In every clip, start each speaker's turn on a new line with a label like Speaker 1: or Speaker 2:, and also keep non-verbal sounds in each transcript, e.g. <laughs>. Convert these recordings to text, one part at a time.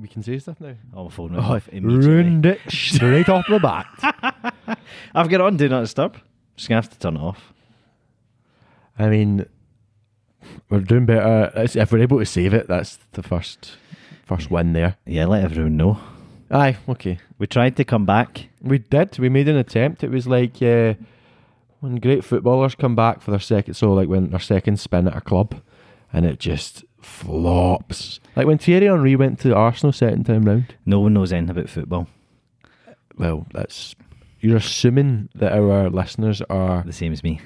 Speaker 1: we can say stuff now.
Speaker 2: Oh, my phone went
Speaker 1: Oh,
Speaker 2: off
Speaker 1: I've
Speaker 2: immediately.
Speaker 1: ruined it <laughs> straight off the bat.
Speaker 2: I've got it on Do Not Disturb. Just going to have to turn it off.
Speaker 1: I mean, we're doing better. It's- If we're able to save it, that's the first first win there.
Speaker 2: Yeah, let everyone know.
Speaker 1: Aye, okay.
Speaker 2: We tried to come back.
Speaker 1: We did. We made an attempt. It was like uh, when great footballers come back for their second, so like when their second spin at a club, and it just flops. Like when Thierry Henry went to Arsenal second time round.
Speaker 2: No one knows anything about football.
Speaker 1: Well, that's you're assuming that our listeners are
Speaker 2: The same as me.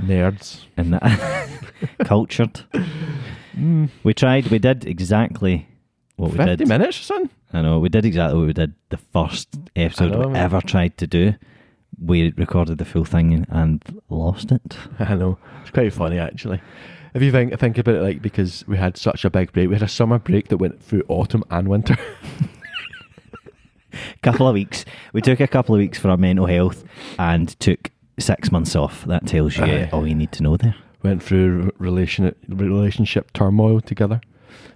Speaker 1: nerds.
Speaker 2: And that <laughs> cultured.
Speaker 1: Mm,
Speaker 2: We tried. We did exactly what we
Speaker 1: Fifty
Speaker 2: did.
Speaker 1: minutes, son.
Speaker 2: I know. We did exactly what we did the first episode
Speaker 1: I know,
Speaker 2: we
Speaker 1: man.
Speaker 2: ever tried to do. We recorded the full thing and lost it.
Speaker 1: <laughs> I know. It's quite funny actually. If you think think about it like because we had such a big break. We had a summer break that went through autumn and winter. <laughs>
Speaker 2: couple of weeks. We took a couple of weeks for our mental health and took six months off. That tells you
Speaker 1: Aye.
Speaker 2: all you need to know there.
Speaker 1: went through re- relation relationship turmoil together.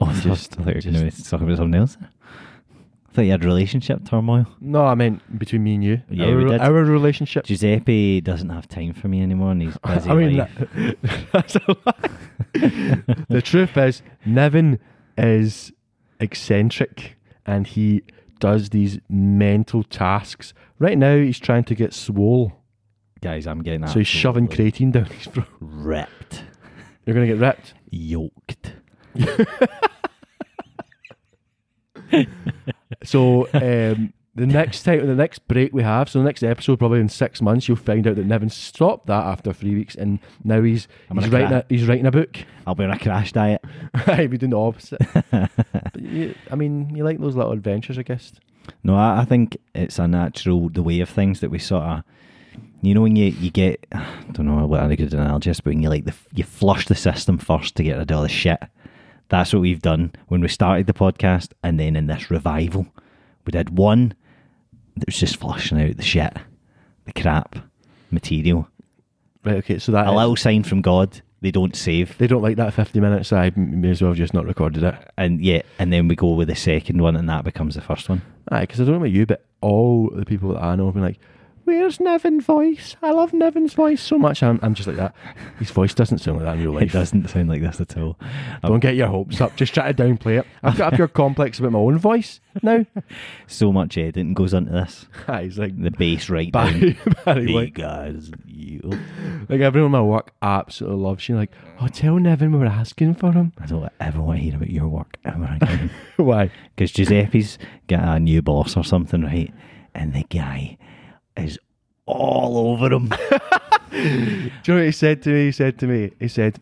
Speaker 2: Oh,
Speaker 1: Just- <laughs>
Speaker 2: I thought you were going <laughs> to talk about something else. there. I thought you had relationship turmoil.
Speaker 1: No, I meant between me and you.
Speaker 2: Yeah,
Speaker 1: our,
Speaker 2: we did.
Speaker 1: our relationship.
Speaker 2: Giuseppe doesn't have time for me anymore, and he's
Speaker 1: <laughs>
Speaker 2: busy.
Speaker 1: I mean,
Speaker 2: life.
Speaker 1: that- <laughs> that's a
Speaker 2: <laughs>
Speaker 1: lie. <laughs> the truth is, Niven is eccentric, and he does these mental tasks. Right now, he's trying to get swole,
Speaker 2: guys, I'm getting
Speaker 1: so he's shoving
Speaker 2: absolutely
Speaker 1: creatine down his throat.
Speaker 2: ripped,
Speaker 1: You're gonna get ripped.
Speaker 2: yoked.
Speaker 1: So um,
Speaker 2: <laughs>
Speaker 1: the next time, the next break we have, so the next episode, probably in six months, you'll find out that Niven stopped that after three weeks, and now he's
Speaker 2: I'm
Speaker 1: he's
Speaker 2: gonna
Speaker 1: writing a, he's writing a book. <laughs>
Speaker 2: I'll be on a crash diet.
Speaker 1: I'd be doing the
Speaker 2: <laughs>
Speaker 1: opposite. but you, I mean, you like those little adventures, I guess.
Speaker 2: No, I, I think it's a natural the way of things that we sort of, you know, when you you get, I don't know what a good analogy is, but when you like the you flush the system first to get rid of all the shit. That's what we've done when we started the podcast, and then in this revival, we did one that was just flushing out the shit, the crap, material.
Speaker 1: Right. Okay. So that
Speaker 2: A
Speaker 1: is-
Speaker 2: little sign from God. They don't save,
Speaker 1: they don't like that fifty minutes. I m- may as well have just not recorded it.
Speaker 2: and yeah, and then we go with the second one, and that becomes the first one.
Speaker 1: Aye, because I don't know about you, but all the people that I know have been like, "Where's Nevin's voice? I love Nevin's voice so much." I'm, I'm just like that. His voice doesn't sound like that in real
Speaker 2: It
Speaker 1: life.
Speaker 2: doesn't sound like this at all.
Speaker 1: Don't get your hopes up. Just try to downplay it. I've got up your complex about my own voice now. <laughs>
Speaker 2: So much editing goes into this.
Speaker 1: Aye, Ah, He's like
Speaker 2: the bass right
Speaker 1: <laughs>
Speaker 2: down.
Speaker 1: Barry, Barry
Speaker 2: Hey
Speaker 1: White.
Speaker 2: guys, you.
Speaker 1: Like everyone at my work absolutely loves you. Like, oh, tell Nevin we were asking for him.
Speaker 2: I don't ever want to hear about your work ever
Speaker 1: <laughs>
Speaker 2: <laughs>
Speaker 1: Why?
Speaker 2: Because Giuseppe's got a new boss or something, right? And the guy is all
Speaker 1: <laughs>
Speaker 2: over him.
Speaker 1: Do you know what he said to me? He said to me, he said,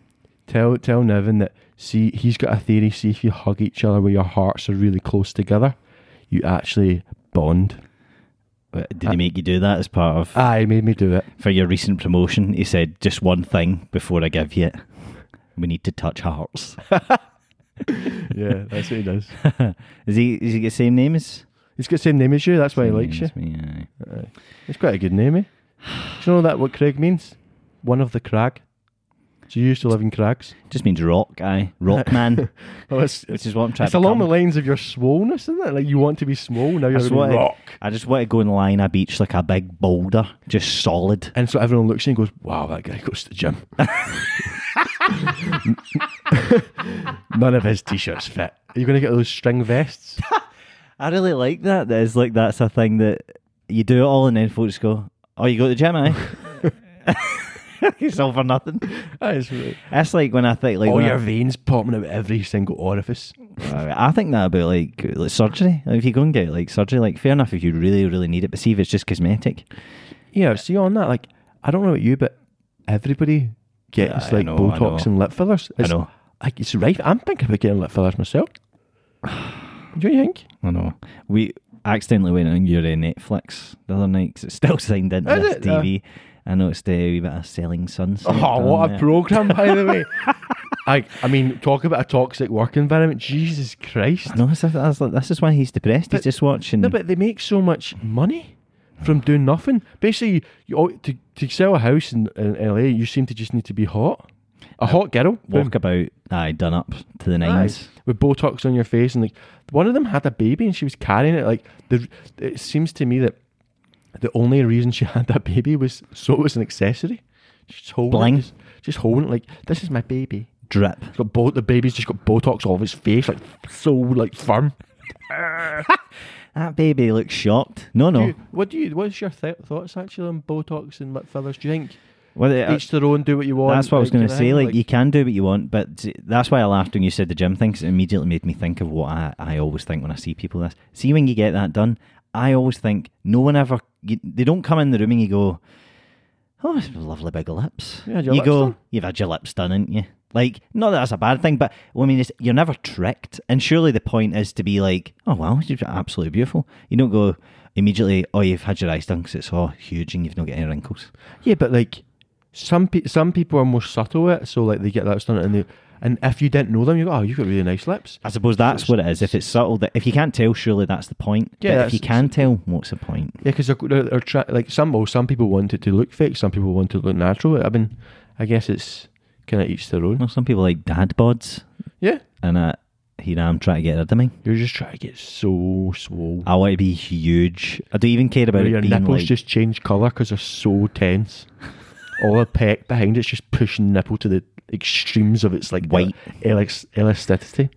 Speaker 1: "Tell tell Niven that see he's got a theory. See if you hug each other where your hearts are really close together, you actually bond."
Speaker 2: But Did he make you do that as part of
Speaker 1: Aye, he made me do it.
Speaker 2: for your recent promotion? He said just one thing before I give you it. We need to touch hearts.
Speaker 1: <laughs>
Speaker 2: <laughs>
Speaker 1: Yeah, that's what he does.
Speaker 2: is he? Is he the same name as?
Speaker 1: <laughs> He's got the same name as you. That's why he
Speaker 2: Same
Speaker 1: likes
Speaker 2: name
Speaker 1: you.
Speaker 2: as me, aye.
Speaker 1: It's quite a good name. Eh? Do you know that what Craig means? One of the Crag. So you used to live in Crags.
Speaker 2: Just means rock, aye.
Speaker 1: <laughs>
Speaker 2: Rock man,
Speaker 1: Well, <laughs> it's,
Speaker 2: which is what I'm Oh, trying
Speaker 1: it's
Speaker 2: to
Speaker 1: along
Speaker 2: become.
Speaker 1: the lines of your swollenness, isn't it? Like you want to be small now. You're
Speaker 2: That's
Speaker 1: gonna be
Speaker 2: what I-
Speaker 1: rock.
Speaker 2: I just want to go and lie on a beach like a big boulder, just solid.
Speaker 1: And so everyone looks at you and goes, wow, that guy goes to the gym. <laughs> None of his t shirts fit. Are you going to get those string
Speaker 2: <laughs>
Speaker 1: vests?
Speaker 2: I really like that. That is like that's a thing that you do it all, and then folks go, "Oh, you go to the gym, eh?" <laughs> it's all for nothing.
Speaker 1: That's right.
Speaker 2: That's like when I think like
Speaker 1: All
Speaker 2: when
Speaker 1: your
Speaker 2: I,
Speaker 1: veins popping out every single orifice.
Speaker 2: I think that about like, like surgery. Like, if you go and get like surgery, like fair enough if you really really need it, but see if it's just cosmetic.
Speaker 1: Yeah, see, on that, like, I don't know about you, but everybody gets
Speaker 2: Yeah, I
Speaker 1: like
Speaker 2: know, I
Speaker 1: Botox
Speaker 2: know.
Speaker 1: and lip fillers. It's,
Speaker 2: know.
Speaker 1: Like, it's right. I'm thinking about getting lip fillers myself. Do you think?
Speaker 2: I know. We accidentally went on your uh, Netflix the other night 'cause it's still <laughs> signed into
Speaker 1: Is
Speaker 2: this
Speaker 1: it?
Speaker 2: TV. I noticed uh, a wee bit of selling sunset.
Speaker 1: Oh,
Speaker 2: on
Speaker 1: what a
Speaker 2: there.
Speaker 1: program, by the way. I, I mean, talk about a toxic work environment. Jesus Christ.
Speaker 2: No, that's, that's, this is why he's depressed.
Speaker 1: But-
Speaker 2: he's just watching.
Speaker 1: No, but they make so much money from doing nothing. Basically, you, all- to, to sell a house in, in LA, you seem to just need to be hot. A hot girl. boom,
Speaker 2: Walk about, aye, done up to the nines.
Speaker 1: with Botox on your face, and like one of them had a baby and she was carrying it. Like the, it seems to me that the only reason she <laughs> had that baby was so it was an accessory. Just holding,
Speaker 2: Bling.
Speaker 1: It, just, just holding. It, like this is my baby.
Speaker 2: Drip.
Speaker 1: It's got bo- the baby's just got Botox all over his face, like so like firm.
Speaker 2: That baby looks shocked. No,
Speaker 1: Do
Speaker 2: no.
Speaker 1: you- what do you? What's your th- thoughts actually on Botox and lip fillers? Do you think
Speaker 2: Well, it-
Speaker 1: each their own? Do what you want.
Speaker 2: Uh, that's what I was
Speaker 1: like,
Speaker 2: going to
Speaker 1: kinda
Speaker 2: say.
Speaker 1: thing?
Speaker 2: Like, you can do what you want, but t- that's why I laughed when you said the gym thing. 'cause it immediately made me think of what I, I always think when I see people. This see when you get that done, I always think no one ever. You, they don't come in the room and you go, "Oh, it's lovely big lips."
Speaker 1: You had your
Speaker 2: you
Speaker 1: lips
Speaker 2: go,
Speaker 1: done?
Speaker 2: "You've had your lips done, ain't you?" Like, not that that's a bad thing, but well, I mean, it's, you're never tricked. And surely the point is to be like, "Oh wow, you're absolutely beautiful." You don't go immediately, "Oh, you've had your eyes done because it's all huge and you've not got any wrinkles."
Speaker 1: Yeah, but like some pe- some people are more subtle with it, so like they get that done and they and if you didn't know them, you go, oh, you've got really nice lips.
Speaker 2: I suppose that's what it is. If it's subtle, that if you can't tell, surely that's the point.
Speaker 1: Yeah,
Speaker 2: But
Speaker 1: that's-
Speaker 2: if you can tell, what's the point?
Speaker 1: Yeah, because they're, they're, they're try- like some well, some people want it to look fake, some people want it to look natural. I mean, I guess it's kind of each their own.
Speaker 2: Well, some people like dad bods,
Speaker 1: Yeah,
Speaker 2: and uh, here I am trying to get rid of me.
Speaker 1: you're just trying to get so swole.
Speaker 2: I want to be huge. I don't even care about
Speaker 1: Where your
Speaker 2: it being
Speaker 1: nipples
Speaker 2: like.
Speaker 1: just change colour because they're so tense. All the pec behind it's just pushing nipple to the extremes of its like
Speaker 2: White.
Speaker 1: elas- elasticity.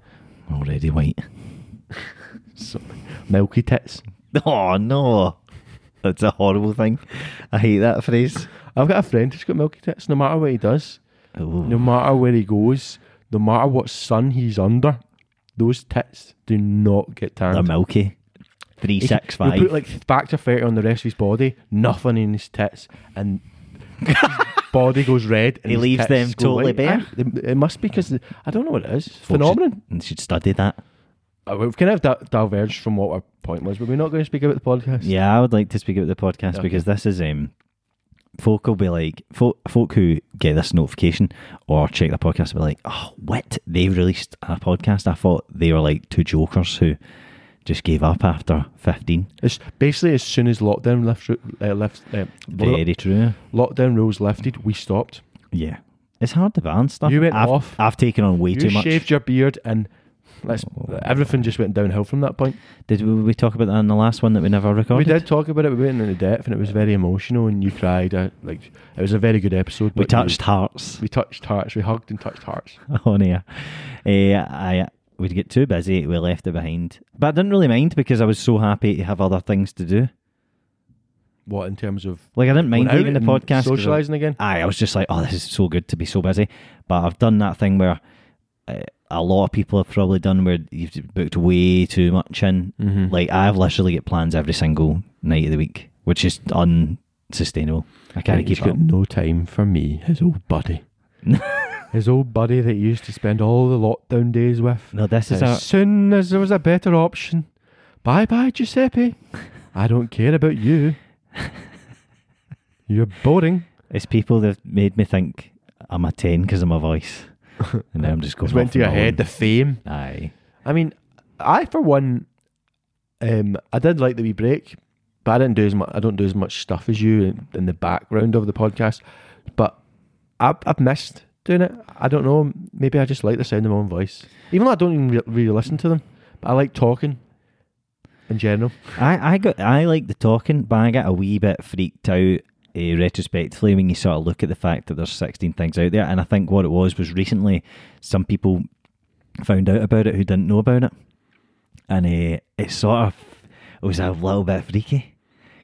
Speaker 2: already white. <laughs>
Speaker 1: So, milky tits.
Speaker 2: Oh no, that's a horrible thing. I hate that phrase.
Speaker 1: I've got a friend who's got milky tits. No matter what he does,
Speaker 2: Oh.
Speaker 1: no matter where he goes, no matter what sun he's under, those tits do not get
Speaker 2: They're
Speaker 1: tanned.
Speaker 2: milky. Three
Speaker 1: He-
Speaker 2: six
Speaker 1: he'll
Speaker 2: five.
Speaker 1: put like factor thirty on the rest of his body, nothing in his tits, and his body goes red. And
Speaker 2: <laughs> He
Speaker 1: his
Speaker 2: leaves
Speaker 1: tits
Speaker 2: them
Speaker 1: go
Speaker 2: totally
Speaker 1: white.
Speaker 2: bare?
Speaker 1: Aye, they- It must be because I don't know what it is. It's a
Speaker 2: Folks
Speaker 1: phenomenon.
Speaker 2: Should, should study that.
Speaker 1: Uh, We've kind of di- diverged from what our point was, but we're not going to speak about the podcast.
Speaker 2: Yeah, I would like to speak about the podcast
Speaker 1: Okay.
Speaker 2: because this is um folk will be like folk, folk who get this notification or check the podcast will be like, Oh what? They released a podcast. I thought they were like two jokers who just gave up after fifteen.
Speaker 1: It's basically as soon as lockdown left, uh, left uh,
Speaker 2: Very true.
Speaker 1: lockdown rules lifted, we stopped.
Speaker 2: Yeah. It's hard to balance stuff.
Speaker 1: You went
Speaker 2: I've,
Speaker 1: off.
Speaker 2: I've taken on way
Speaker 1: You
Speaker 2: too much. Oh.
Speaker 1: shaved your beard, and let's, everything just went downhill from that point.
Speaker 2: Did we, we talk about that in the last one that we never
Speaker 1: We
Speaker 2: recorded?
Speaker 1: did talk about it. We went into depth, and it was very emotional, and you cried. uh, like it was a very good episode.
Speaker 2: We
Speaker 1: but
Speaker 2: touched hearts.
Speaker 1: We, we touched hearts. We hugged and touched hearts.
Speaker 2: <laughs> on air. Uh, I we'd get too busy, we left it behind. But I didn't really mind because I was so happy to have other things to do.
Speaker 1: What in terms of
Speaker 2: Like I didn't mind
Speaker 1: going out
Speaker 2: leaving the
Speaker 1: and
Speaker 2: podcast. 'cause I-
Speaker 1: socializing again?
Speaker 2: Aye, I was just like, oh, this is so good to be so busy. But I've done that thing where uh, a lot of people have probably done where you've booked way too much in.
Speaker 1: Mhm.
Speaker 2: Like I've literally got plans every single night of the week, which is unsustainable. I can't
Speaker 1: He's
Speaker 2: keep it.
Speaker 1: got
Speaker 2: up.
Speaker 1: no time for me, his old
Speaker 2: <laughs>
Speaker 1: buddy. his old buddy that he used to spend all the lockdown days with.
Speaker 2: No, this is
Speaker 1: As
Speaker 2: a
Speaker 1: soon as there was a better option, bye bye,
Speaker 2: <laughs>
Speaker 1: Giuseppe. I don't care about you. You're boring.
Speaker 2: It's people that have made me think I'm a 10 because of
Speaker 1: <laughs>
Speaker 2: my voice. And now I'm just going
Speaker 1: It's went
Speaker 2: off
Speaker 1: to
Speaker 2: on
Speaker 1: your
Speaker 2: my
Speaker 1: head, the fame.
Speaker 2: own. Aye.
Speaker 1: I mean, I for one, um, I did like the wee break, but I didn't do as much. I don't do as much stuff as you in, in the background of the podcast. But I've, I've missed doing it. I don't know. Maybe I just like the sound of my own voice, even though I don't even re- really listen to them. But I like talking in general.
Speaker 2: I, I got I like the talking, but I got a wee bit freaked out eh, retrospectively when you sort of look at the fact that there's 16 things out there. And I think what it was was recently some people found out about it who didn't know about it, and uh, it sort of was a little bit freaky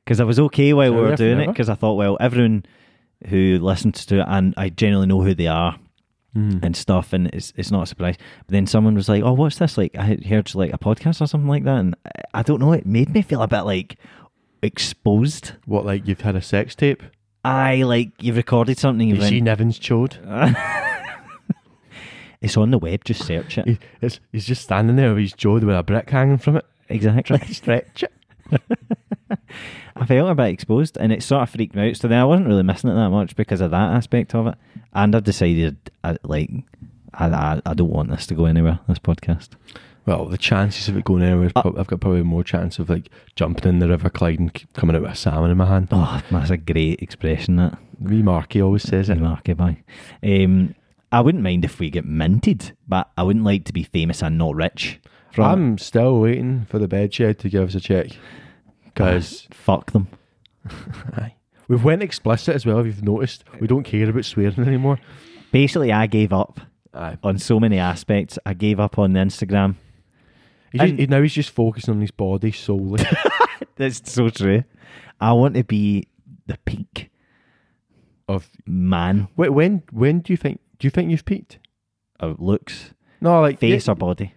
Speaker 2: because I was okay while
Speaker 1: It's
Speaker 2: we
Speaker 1: out
Speaker 2: were
Speaker 1: there
Speaker 2: doing it
Speaker 1: forever.
Speaker 2: because I thought, well, everyone who listens to it and I generally know who they are and stuff, and it's it's not a surprise. But then someone was like, "Oh, what's this?" Like I had heard like a podcast or something like that, and I, I don't know. It made me feel a bit like exposed.
Speaker 1: What like you've had a sex tape?
Speaker 2: I like you've recorded something.
Speaker 1: You
Speaker 2: You've
Speaker 1: see
Speaker 2: went,
Speaker 1: Nevin's chode.
Speaker 2: <laughs> it's on the web. Just search it.
Speaker 1: <laughs> He- it's- he's just standing there with his jode with a brick hanging from it.
Speaker 2: Exactly.
Speaker 1: Stretch it.
Speaker 2: I felt a bit exposed and it sort of freaked me out. So then I wasn't really missing it that much because of that aspect of it. And I've decided, I, like, I, I, I don't want this to go anywhere, this podcast.
Speaker 1: Well, the chances of it going anywhere, is
Speaker 2: Ah.
Speaker 1: prob- I've got probably more chance of like jumping in the River Clyde and c- coming out with a salmon in my hand.
Speaker 2: Ah. Oh, that's a great expression, that.
Speaker 1: Wee Marky always says it.
Speaker 2: Marky by. Um, I wouldn't mind if we get minted, but I wouldn't like to be famous and not rich. From it.
Speaker 1: I'm still waiting for the bedshed to give us a check because
Speaker 2: fuck them.
Speaker 1: <laughs> we've went explicit as well. If you've noticed, we don't care about swearing anymore.
Speaker 2: Basically, I gave up
Speaker 1: Aye,
Speaker 2: on so many aspects. I gave up on the Instagram.
Speaker 1: he just,
Speaker 2: And-
Speaker 1: he- now he's just focusing on his body
Speaker 2: <laughs>
Speaker 1: solely.
Speaker 2: That's so true. I want to be the peak
Speaker 1: of
Speaker 2: man
Speaker 1: Wait, when when do you think do you think you've peaked?
Speaker 2: of looks,
Speaker 1: No, like
Speaker 2: face, or body.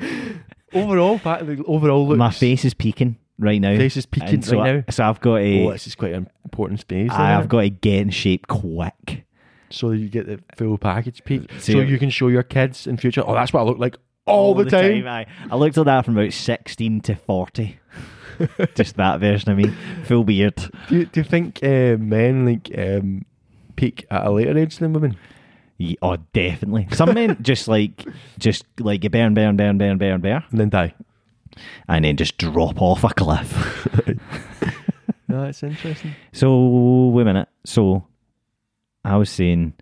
Speaker 1: yeah, overall, pa- the overall looks.
Speaker 2: My face is peaking right now.
Speaker 1: Face is peaking
Speaker 2: And so
Speaker 1: right
Speaker 2: I-
Speaker 1: now.
Speaker 2: So I've got to,
Speaker 1: Oh, this is quite an important space.
Speaker 2: I-
Speaker 1: there.
Speaker 2: I've got to get in shape quick.
Speaker 1: so you get the full package peak,
Speaker 2: So
Speaker 1: so
Speaker 2: you're-
Speaker 1: you can show your kids in future. Oh, that's what I look like Uh, all, the, time.
Speaker 2: aye. I looked at that from about 16
Speaker 1: <laughs>
Speaker 2: to 40. Just that version of me. Full beard.
Speaker 1: Do you, do you think uh, men like um, peak at a later age than women?
Speaker 2: Ye- Oh, definitely. Some men <laughs> just like, just like you burn, burn, burn, burn, burn, burn,
Speaker 1: <laughs> And then die.
Speaker 2: and then just drop off a cliff.
Speaker 1: No, that's interesting.
Speaker 2: So, wait a minute. So, I was saying,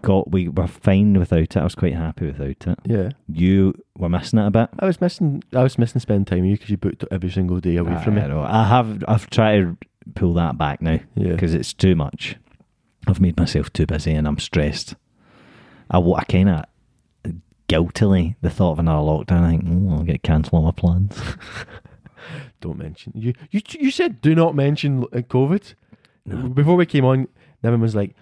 Speaker 2: got we were fine without it. I was quite happy without it.
Speaker 1: Yeah,
Speaker 2: You were missing it a bit.
Speaker 1: I was missing. I was missing spending time with you because you booked every single day away from
Speaker 2: I
Speaker 1: me.
Speaker 2: know. I have. I've tried to pull that back now
Speaker 1: Yeah.
Speaker 2: because it's too much. I've made myself too busy and I'm stressed. I, wa- I kind of guiltily the thought of another lockdown. I think oh, I'll get cancel all my plans.
Speaker 1: Don't mention you. You you said do not mention uh, COVID. Before we came on, Nevin was like,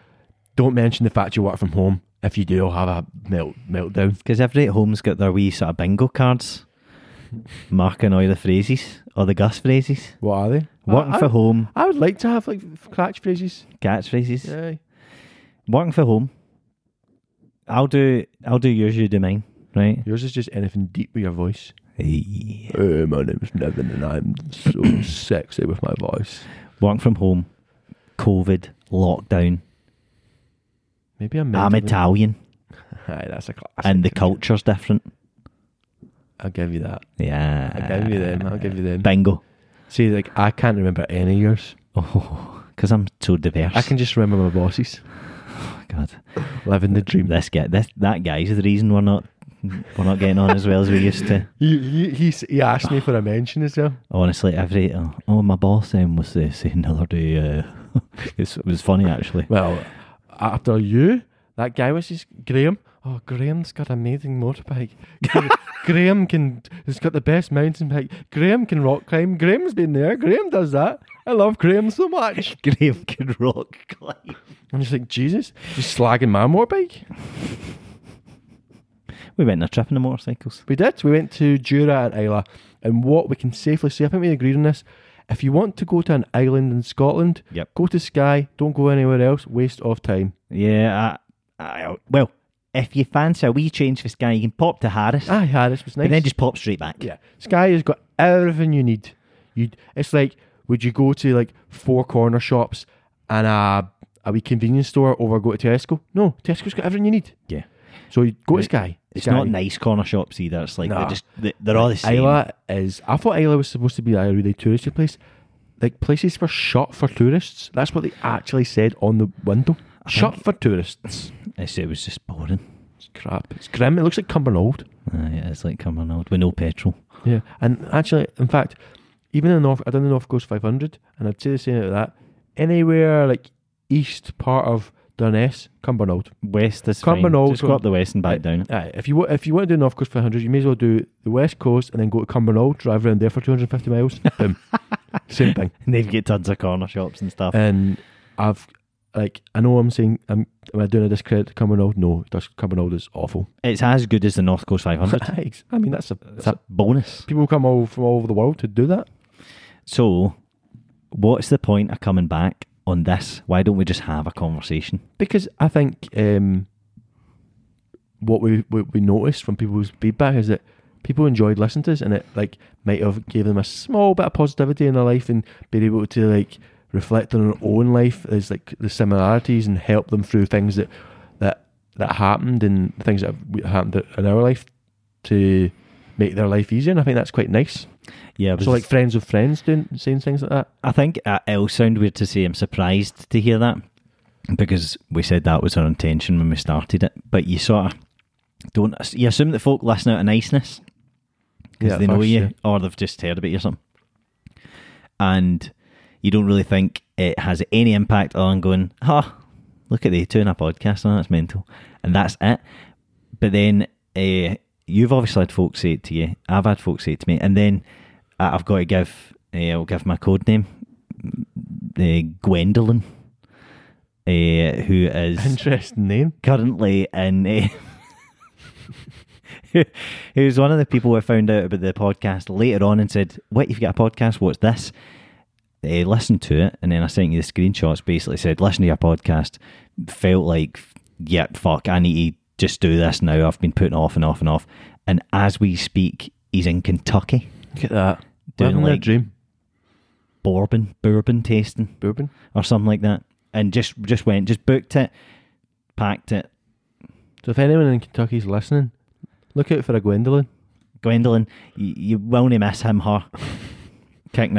Speaker 1: "Don't mention the fact you work from home. If you do, I'll have a melt meltdown."
Speaker 2: Because every at home's got their wee sort of
Speaker 1: <laughs>
Speaker 2: bingo cards, marking all the phrases or the Gus phrases.
Speaker 1: What are they?
Speaker 2: Working
Speaker 1: I,
Speaker 2: for home,
Speaker 1: I would like to have like catchphrases.
Speaker 2: catchphrases.
Speaker 1: Yeah.
Speaker 2: Working for home. I'll do. I'll do yours. You do mine. Right.
Speaker 1: Yours is just anything deep with your voice.
Speaker 2: Hey.
Speaker 1: Uh, my name is Nevin, and I'm <coughs> so sexy with my voice.
Speaker 2: Working from home, COVID, lockdown.
Speaker 1: Maybe I'm.
Speaker 2: I'm
Speaker 1: mentally-
Speaker 2: Italian,
Speaker 1: Aye, that's a classic.
Speaker 2: and the culture's different.
Speaker 1: I'll give you that.
Speaker 2: Yeah,
Speaker 1: I'll give you them. I'll give you them.
Speaker 2: Bingo.
Speaker 1: See, like I can't remember any of yours.
Speaker 2: Oh, because I'm so diverse.
Speaker 1: I can just remember my bosses
Speaker 2: Oh, God,
Speaker 1: living the dream.
Speaker 2: this guy, this that guy's the reason we're not we're not getting on as well as we
Speaker 1: <laughs>
Speaker 2: used to.
Speaker 1: He, he, he, s- he asked me for a mention as well.
Speaker 2: Honestly, every oh, oh, my boss um, was uh, saying the other day. Uh, <laughs> it's, it was funny actually. <laughs>
Speaker 1: Well, after you, that guy was just Graham. Oh, Graham's got an amazing motorbike. <laughs> Gra- Graham can, he's got the best mountain bike. Graham can rock climb. Graham's been there. Graham does that. I love Graham so much.
Speaker 2: Graham can rock climb.
Speaker 1: I'm just like, Jesus, you slagging my motorbike.
Speaker 2: We went on a trip in the motorcycles.
Speaker 1: We did. We went to Jura and Isla. And what we can safely say, I think we agreed on this. If you want to go to an island in Scotland,
Speaker 2: Yep.
Speaker 1: go to Skye. Don't go anywhere else. Waste of time.
Speaker 2: Yeah. I, I, well, if you fancy a wee change for Sky, you can pop to Harris.
Speaker 1: Aye, Harris was Ah, nice.
Speaker 2: And then just pop straight back.
Speaker 1: Yeah, Sky has got everything you need. You, it's like, would you go to like four corner shops and a a wee convenience store over go to Tesco? No, Tesco's got everything you need.
Speaker 2: Yeah.
Speaker 1: So you go to Sky.
Speaker 2: It's
Speaker 1: Sky.
Speaker 2: not nice corner shops either. It's like
Speaker 1: Nah.
Speaker 2: they're just they- they're all the same.
Speaker 1: Isla is. I thought Isla was supposed to be like a really touristy place. Like places were shut for tourists. That's what they actually said on the window. Shut for tourists.
Speaker 2: It's, it was just boring.
Speaker 1: It's crap. It's grim. It looks like Cumbernauld.
Speaker 2: Aye, it's like coming out with no petrol.
Speaker 1: Yeah, and actually, in fact, even in North, I done the North Coast 500, and I'd say the same about that. Anywhere like east part of Durness, Cumbernauld.
Speaker 2: West is
Speaker 1: fine. Cumbernauld
Speaker 2: Just go up the west and back
Speaker 1: Right.
Speaker 2: down. it.
Speaker 1: Aye, if you wa- if you want to do North Coast 500, you may as well do the West Coast and then go to Cumbernauld, drive around there for 250 miles. Boom, same thing.
Speaker 2: And they've got tons of corner shops and stuff.
Speaker 1: And I've like I know I'm saying I'm am I doing a discredit to Cumbernauld? No, just Cumbernauld is awful.
Speaker 2: it's as good as the North
Speaker 1: <laughs>
Speaker 2: Coast <laughs> 500.
Speaker 1: Aye, I mean that's a,
Speaker 2: it's
Speaker 1: that's a
Speaker 2: a bonus.
Speaker 1: people come all from all over the world to do that.
Speaker 2: So, what's the point of coming back on this? Why don't we just have a conversation?
Speaker 1: because I think um, what we, we we noticed from people's feedback is that people enjoyed listening to us, and it like might have gave them a small bit of positivity in their life, and been able to like reflect on their own life as like the similarities and help them through things that that that happened and things that have happened in our life to make their life easier. And I think that's quite nice.
Speaker 2: Yeah, it
Speaker 1: So
Speaker 2: was-
Speaker 1: like friends of friends doing saying things like that.
Speaker 2: I think uh, it'll sound weird to say I'm surprised to hear that because we said that was our intention when we started it. But you sort of don't you assume that folk listen out of niceness because
Speaker 1: Yeah,
Speaker 2: they
Speaker 1: at
Speaker 2: know
Speaker 1: first,
Speaker 2: you
Speaker 1: yeah.
Speaker 2: or they've just heard about you or something, and you don't really think it has any impact other than going, "Ha, look at the two in a podcast, and that's mental," and that's it. But then uh, you've obviously had folks say it to you. I've had folks say it to me, and then uh, I've got to give uh, I'll give my code name, uh, Gwendolyn, uh, who is
Speaker 1: Interesting name.
Speaker 2: currently <laughs> in. Uh, Who's one of the people who found out about the podcast later on and said, Wait, you've got a podcast, what's this? They listened to it, and then I sent you the screenshots. Basically, said, Listen to your podcast. Felt like, Yep, fuck, I need to just do this now. I've been putting off and off and off. And as we speak, he's in Kentucky,
Speaker 1: Look at that.
Speaker 2: Doing
Speaker 1: Living their
Speaker 2: like-
Speaker 1: dream.
Speaker 2: bourbon, bourbon tasting.
Speaker 1: Bourbon.
Speaker 2: or something like that, and just just went, just booked it, packed it.
Speaker 1: So if anyone in Kentucky's listening, look out for a Gwendolyn.
Speaker 2: Gwendolyn, you, you will not miss him, her kicking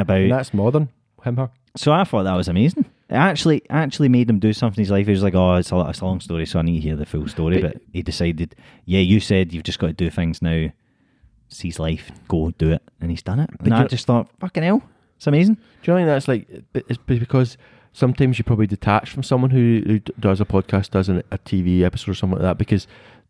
Speaker 1: And
Speaker 2: about.
Speaker 1: that's modern. Him, her.
Speaker 2: So I thought that was amazing. It actually actually made him do something in his life. He was like, "Oh, it's a, it's a long story, so I need to hear the full story." But,
Speaker 1: But-
Speaker 2: he decided, "Yeah, you said you've just got to do things now. Seize life, go do it," and he's done it. And
Speaker 1: do
Speaker 2: I
Speaker 1: you-
Speaker 2: just thought, "Fucking hell, it's amazing."
Speaker 1: Do you know what I mean? that's like? but It's be- because sometimes you probably detach from someone who, who d- does a podcast, does an, a TV episode or something like that, because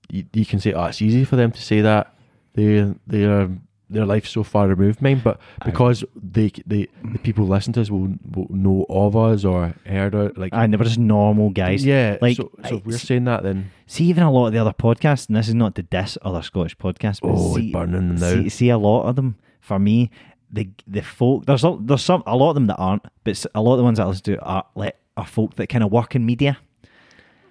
Speaker 1: you, you can say, "Oh, it's easy for them to say that they they are their life's so far removed from mine," but
Speaker 2: I-
Speaker 1: because they c- they the people who listen to us will, will know of us or heard of like
Speaker 2: And they were just normal guys.
Speaker 1: yeah.
Speaker 2: like,
Speaker 1: so, so if we're
Speaker 2: it's-
Speaker 1: saying that, then
Speaker 2: See, even a lot of the other podcasts, and this is not to diss other Scottish podcasts, but
Speaker 1: oh,
Speaker 2: see,
Speaker 1: we're burning them now.
Speaker 2: See, see a lot of them for me. The the folk there's a- there's some a lot of them that aren't, but s- a lot of the ones that I listen to are like are folk that kind of work in media.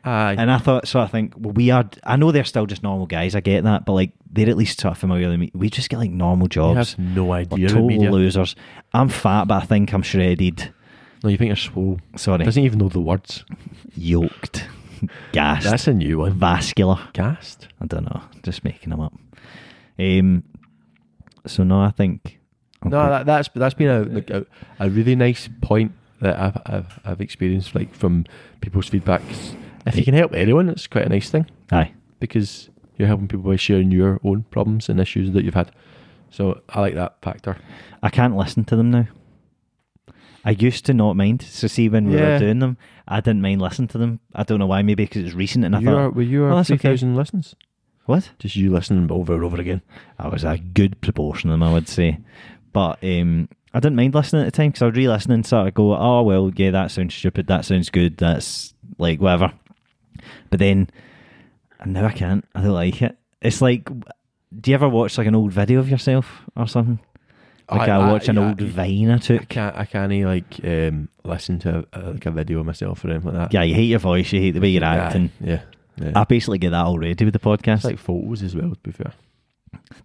Speaker 1: Aye.
Speaker 2: And I thought so. I think well, we are. I know they're still just normal guys. I get that, but like they're at least sort of familiar with me. We just get like normal
Speaker 1: you
Speaker 2: jobs.
Speaker 1: have no
Speaker 2: We're
Speaker 1: idea.
Speaker 2: total
Speaker 1: Total media.
Speaker 2: losers. I'm fat, but I think I'm shredded.
Speaker 1: No, you think you're swole.
Speaker 2: Sorry,
Speaker 1: Doesn't even know the words.
Speaker 2: yoked, <laughs> gassed,
Speaker 1: That's a new one.
Speaker 2: vascular.
Speaker 1: Cast.
Speaker 2: I don't know. Just making them up. Um. So no, I think.
Speaker 1: No, that, that's that's been a like a, a really nice point that I've, I've I've experienced like from people's feedback. If you can help anyone, it's quite a nice thing
Speaker 2: aye.
Speaker 1: because you're helping people by sharing your own problems and issues that you've had. So I like that factor.
Speaker 2: I can't listen to them now. I used to not mind. So see, when we were
Speaker 1: Yeah.
Speaker 2: doing them, I didn't mind listening to them. I don't know why. Maybe because it's recent, and I
Speaker 1: you
Speaker 2: thought,
Speaker 1: are, were you
Speaker 2: "Oh,
Speaker 1: are
Speaker 2: that's
Speaker 1: three
Speaker 2: okay."
Speaker 1: thousand listens?
Speaker 2: what?
Speaker 1: Just you listening over and over again.
Speaker 2: I was a good proportion of them, I would say. But um, I didn't mind listening at the time because I would re-listen and sort of go, "Oh well, yeah, that sounds stupid. That sounds good. That's like whatever." But then and now I can't. I don't like it. It's like, do you ever watch like an old video of yourself or something? Like I, watch an
Speaker 1: yeah,
Speaker 2: old vine I
Speaker 1: I
Speaker 2: took.
Speaker 1: can't I can't eh, like um, listen to a, a- like a video of myself or anything like that.
Speaker 2: Yeah, you hate your voice. You hate the way you're
Speaker 1: Aye,
Speaker 2: acting.
Speaker 1: Yeah, yeah.
Speaker 2: I basically get that already with the podcast.
Speaker 1: It's like photos as well. To be fair,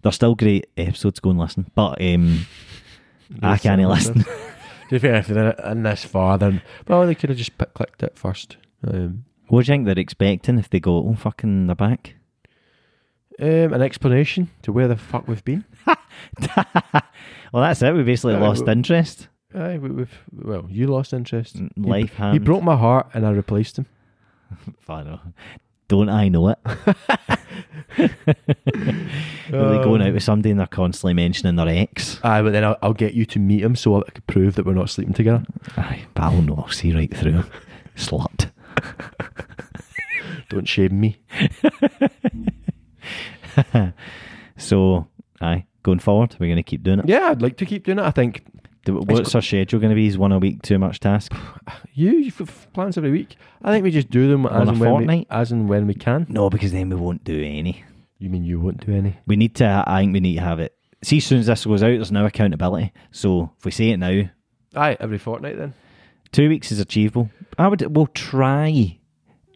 Speaker 2: They're still great episodes. Go and listen, but um, I can't
Speaker 1: <laughs>
Speaker 2: listen.
Speaker 1: To be fair, if they're in this far, then well, they could have just pick, clicked it first. Um,
Speaker 2: what do you think they're expecting if they go? Oh, fucking, they're back. <laughs>
Speaker 1: um, an explanation to where the fuck we've been.
Speaker 2: Well, that's it. We basically
Speaker 1: Uh,
Speaker 2: lost
Speaker 1: w-
Speaker 2: interest.
Speaker 1: Aye, we, we've well, you lost interest.
Speaker 2: N- Life hand.
Speaker 1: He broke my heart, and I replaced him. <laughs>
Speaker 2: I know. Don't I know it? <laughs> They're like going out with somebody and they're constantly mentioning their ex.
Speaker 1: Um, Aye, but then I'll, I'll get you to meet him so I can prove that we're not sleeping together.
Speaker 2: Aye, but I'll know. I'll see right through. 'em. Slut.
Speaker 1: Don't shame me.
Speaker 2: So, aye, going forward, we're going to keep doing it.
Speaker 1: Yeah, I'd like to keep doing it. I think
Speaker 2: Do- What's our schedule going to be? Is one a week too much task?
Speaker 1: you you've got f- plans every week. I think we just do them as
Speaker 2: a
Speaker 1: and when we,
Speaker 2: fortnight?
Speaker 1: as and when we can.
Speaker 2: No, because then we won't do any.
Speaker 1: You mean you won't do any?
Speaker 2: We need to. I think we need to have it. See, as soon as this goes out, there's no accountability. So if we say it now,
Speaker 1: Aye, every fortnight then.
Speaker 2: Two weeks is achievable. I would. We'll try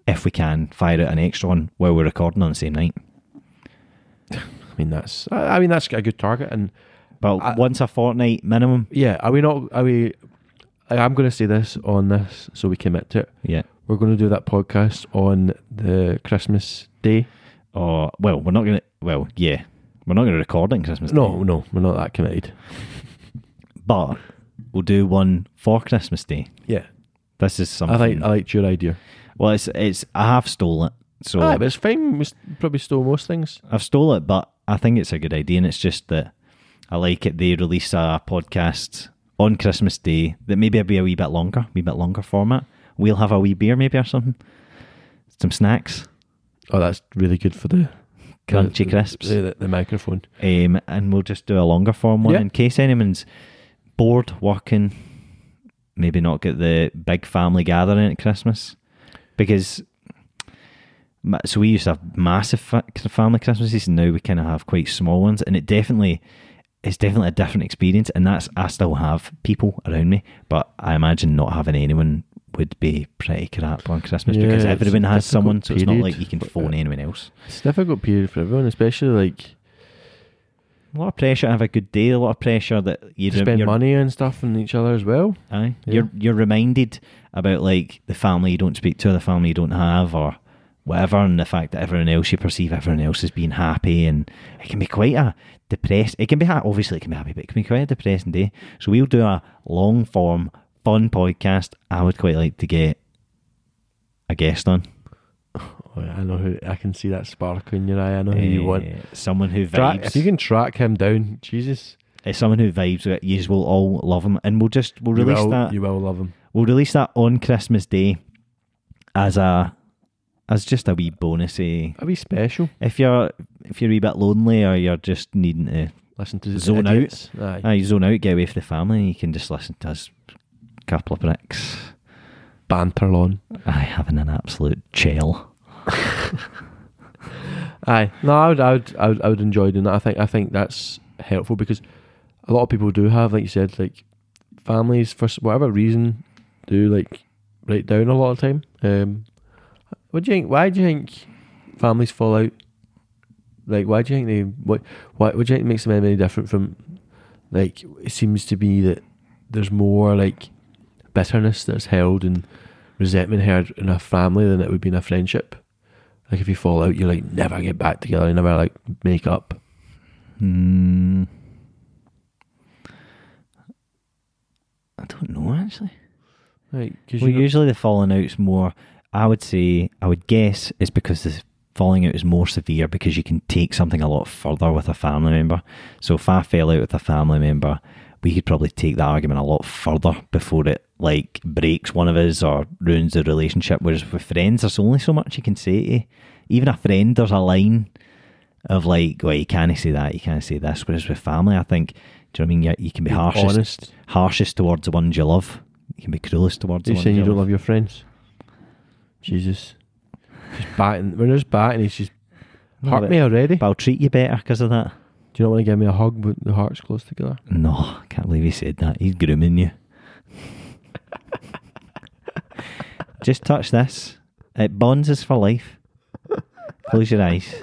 Speaker 2: if we can fire out an extra one while we're recording on the same night.
Speaker 1: I mean that's I, I mean that's a good target and.
Speaker 2: But
Speaker 1: I-
Speaker 2: once a fortnight minimum.
Speaker 1: Yeah, are we not? Are we? I- I'm going to say this on this, so we commit to it.
Speaker 2: Yeah.
Speaker 1: We're going to do that podcast on the Christmas day.
Speaker 2: Or well, we're not gonna. Well, yeah, we're not gonna record it on Christmas.
Speaker 1: No,
Speaker 2: Day,
Speaker 1: no, we're not that committed.
Speaker 2: but we'll do one for Christmas Day.
Speaker 1: Yeah,
Speaker 2: This is
Speaker 1: I uh,
Speaker 2: something.
Speaker 1: like I liked your idea.
Speaker 2: well, it's it's I have stole it, so
Speaker 1: Aye, Ah, but it's fine. We s- probably stole most things.
Speaker 2: I've stole it, but I think it's a good idea, and it's just that I like it. They release a podcast on Christmas Day that maybe it'll be a wee bit longer, wee bit longer format. We'll have a wee beer maybe or something, some snacks,
Speaker 1: Oh, that's really good for the
Speaker 2: crunchy
Speaker 1: the-
Speaker 2: crisps.
Speaker 1: The, the, the microphone.
Speaker 2: um, and we'll just do a longer form one
Speaker 1: Yeah.
Speaker 2: in case anyone's bored working. Maybe not get the big family gathering at Christmas because ma- so we used to have massive fa- family Christmases, and now we kind of have quite small ones, and it definitely it's definitely a different experience. And that's I still have people around me, but I imagine not having anyone would be pretty crap on Christmas
Speaker 1: Yeah,
Speaker 2: because
Speaker 1: it's a
Speaker 2: everyone
Speaker 1: difficult
Speaker 2: has someone, so it's not
Speaker 1: period. uh,
Speaker 2: like you can phone anyone else.
Speaker 1: It's a difficult period for everyone, especially like
Speaker 2: A lot of pressure to have a good day. A lot of pressure that you
Speaker 1: to spend
Speaker 2: you're,
Speaker 1: money and stuff on each other as well.
Speaker 2: Aye.
Speaker 1: Yeah.
Speaker 2: You're you're reminded about like the family you don't speak to, the family you don't have, or whatever, and the fact that everyone else you perceive everyone else as being happy, and it can be quite a depressed. It can be ha- obviously it can be happy, but it can be quite a depressing day. So we'll do a long form fun podcast. I would quite like to get a guest on.
Speaker 1: Oh, yeah, I know who I can see that spark in your eye. I know who you
Speaker 2: Eh,
Speaker 1: want.
Speaker 2: someone who
Speaker 1: Track,
Speaker 2: vibes.
Speaker 1: if you can track him down, Jesus,
Speaker 2: it's someone who vibes. with it. You will all love him, and we'll just we'll
Speaker 1: you
Speaker 2: release
Speaker 1: will,
Speaker 2: that.
Speaker 1: you will love him.
Speaker 2: We'll release that on Christmas Day as a as just a wee bonus. eh?
Speaker 1: Are we special?
Speaker 2: If you're if you're a wee bit lonely or you're just needing to
Speaker 1: Listen to the
Speaker 2: Zone out.
Speaker 1: idiots. Aye.
Speaker 2: ah, you zone out, get away from the family, you can just listen to us couple of bricks.
Speaker 1: banter on.
Speaker 2: I having an absolute chill.
Speaker 1: Aye, no, I would, I would, I would, I would enjoy doing that. I think, I think that's helpful because a lot of people do have, like you said, like families for s- whatever reason do like break down a lot of time. Um, what do you think? Why do you think families fall out? Like, why do you think they? What? Why? What do you think makes them any different from? Like, it seems to be that there's more like bitterness that's held and resentment held in a family than it would be in a friendship. Like if you fall out, you like never get back together. You never like make up.
Speaker 2: Hmm. I don't know actually.
Speaker 1: Like because
Speaker 2: Well,
Speaker 1: you
Speaker 2: usually the falling out's more. I would say, I would guess, it's because the falling out is more severe because you can take something a lot further with a family member. So if I fell out with a family member, we could probably take that argument a lot further before it like breaks one of us or ruins the relationship. Whereas with friends, there's only so much you can say. To you. Even a friend, there's a line of like, well, you can't say that, you can't say this. Whereas with family, I think, do you know what I mean? You, you can be
Speaker 1: Be
Speaker 2: harshest,
Speaker 1: honest.
Speaker 2: harshest towards the ones you love. You can be cruelest towards the
Speaker 1: you're
Speaker 2: ones
Speaker 1: saying you
Speaker 2: you
Speaker 1: don't
Speaker 2: love.
Speaker 1: love your friends. Jesus, she's batting. When there's batting, he's just
Speaker 2: No,
Speaker 1: hurt
Speaker 2: but-
Speaker 1: me already.
Speaker 2: But I'll treat you better because of that.
Speaker 1: Do you not want to give me a hug? But the heart's close together.
Speaker 2: No, I can't believe he said that. He's grooming you. <laughs> Just touch this. It bonds us for life. Close your eyes.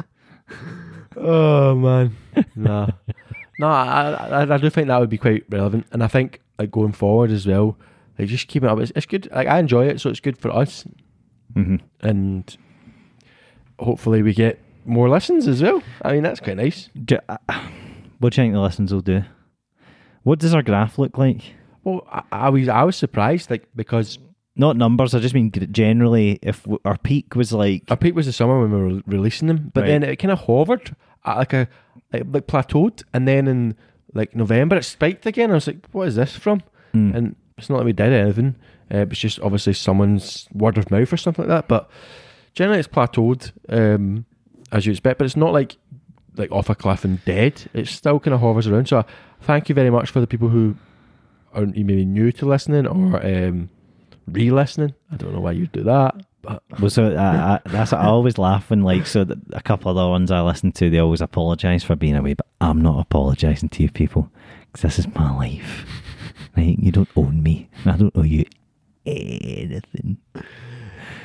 Speaker 1: Oh man, no, <laughs> no. I, I I do think that would be quite relevant, and I think like going forward as well. Like just keep it up. It's, it's good. Like I enjoy it, so it's good for us,
Speaker 2: Mm-hmm.
Speaker 1: and hopefully we get more lessons as well. I mean, that's quite nice.
Speaker 2: Do, uh, what do you think the lessons will do? What does our graph look like?
Speaker 1: Well, I, I was I was surprised, like because
Speaker 2: Not numbers, I just mean gr- generally, if w- our peak was like.
Speaker 1: our peak was the summer when we were releasing them, but
Speaker 2: Right.
Speaker 1: then it kind of hovered at like a like, like plateaued, and then in like November it spiked again. I was like, what is this from?
Speaker 2: Mm.
Speaker 1: And it's not like we did anything. Uh, it's just obviously someone's word of mouth or something like that. But generally, it's plateaued um, as you expect, but it's not like like off a cliff and dead. It still kind of hovers around. So thank you very much for the people who are maybe new to listening or um, re-listening. I don't know why you do that, <laughs> but
Speaker 2: Well, so
Speaker 1: uh,
Speaker 2: I, I, that's I always laugh when like so that a couple of the ones I listen to they always apologise for being away, but I'm not apologising to you people because this is my life. Right? You don't own me, and I don't owe you anything.
Speaker 1: <laughs>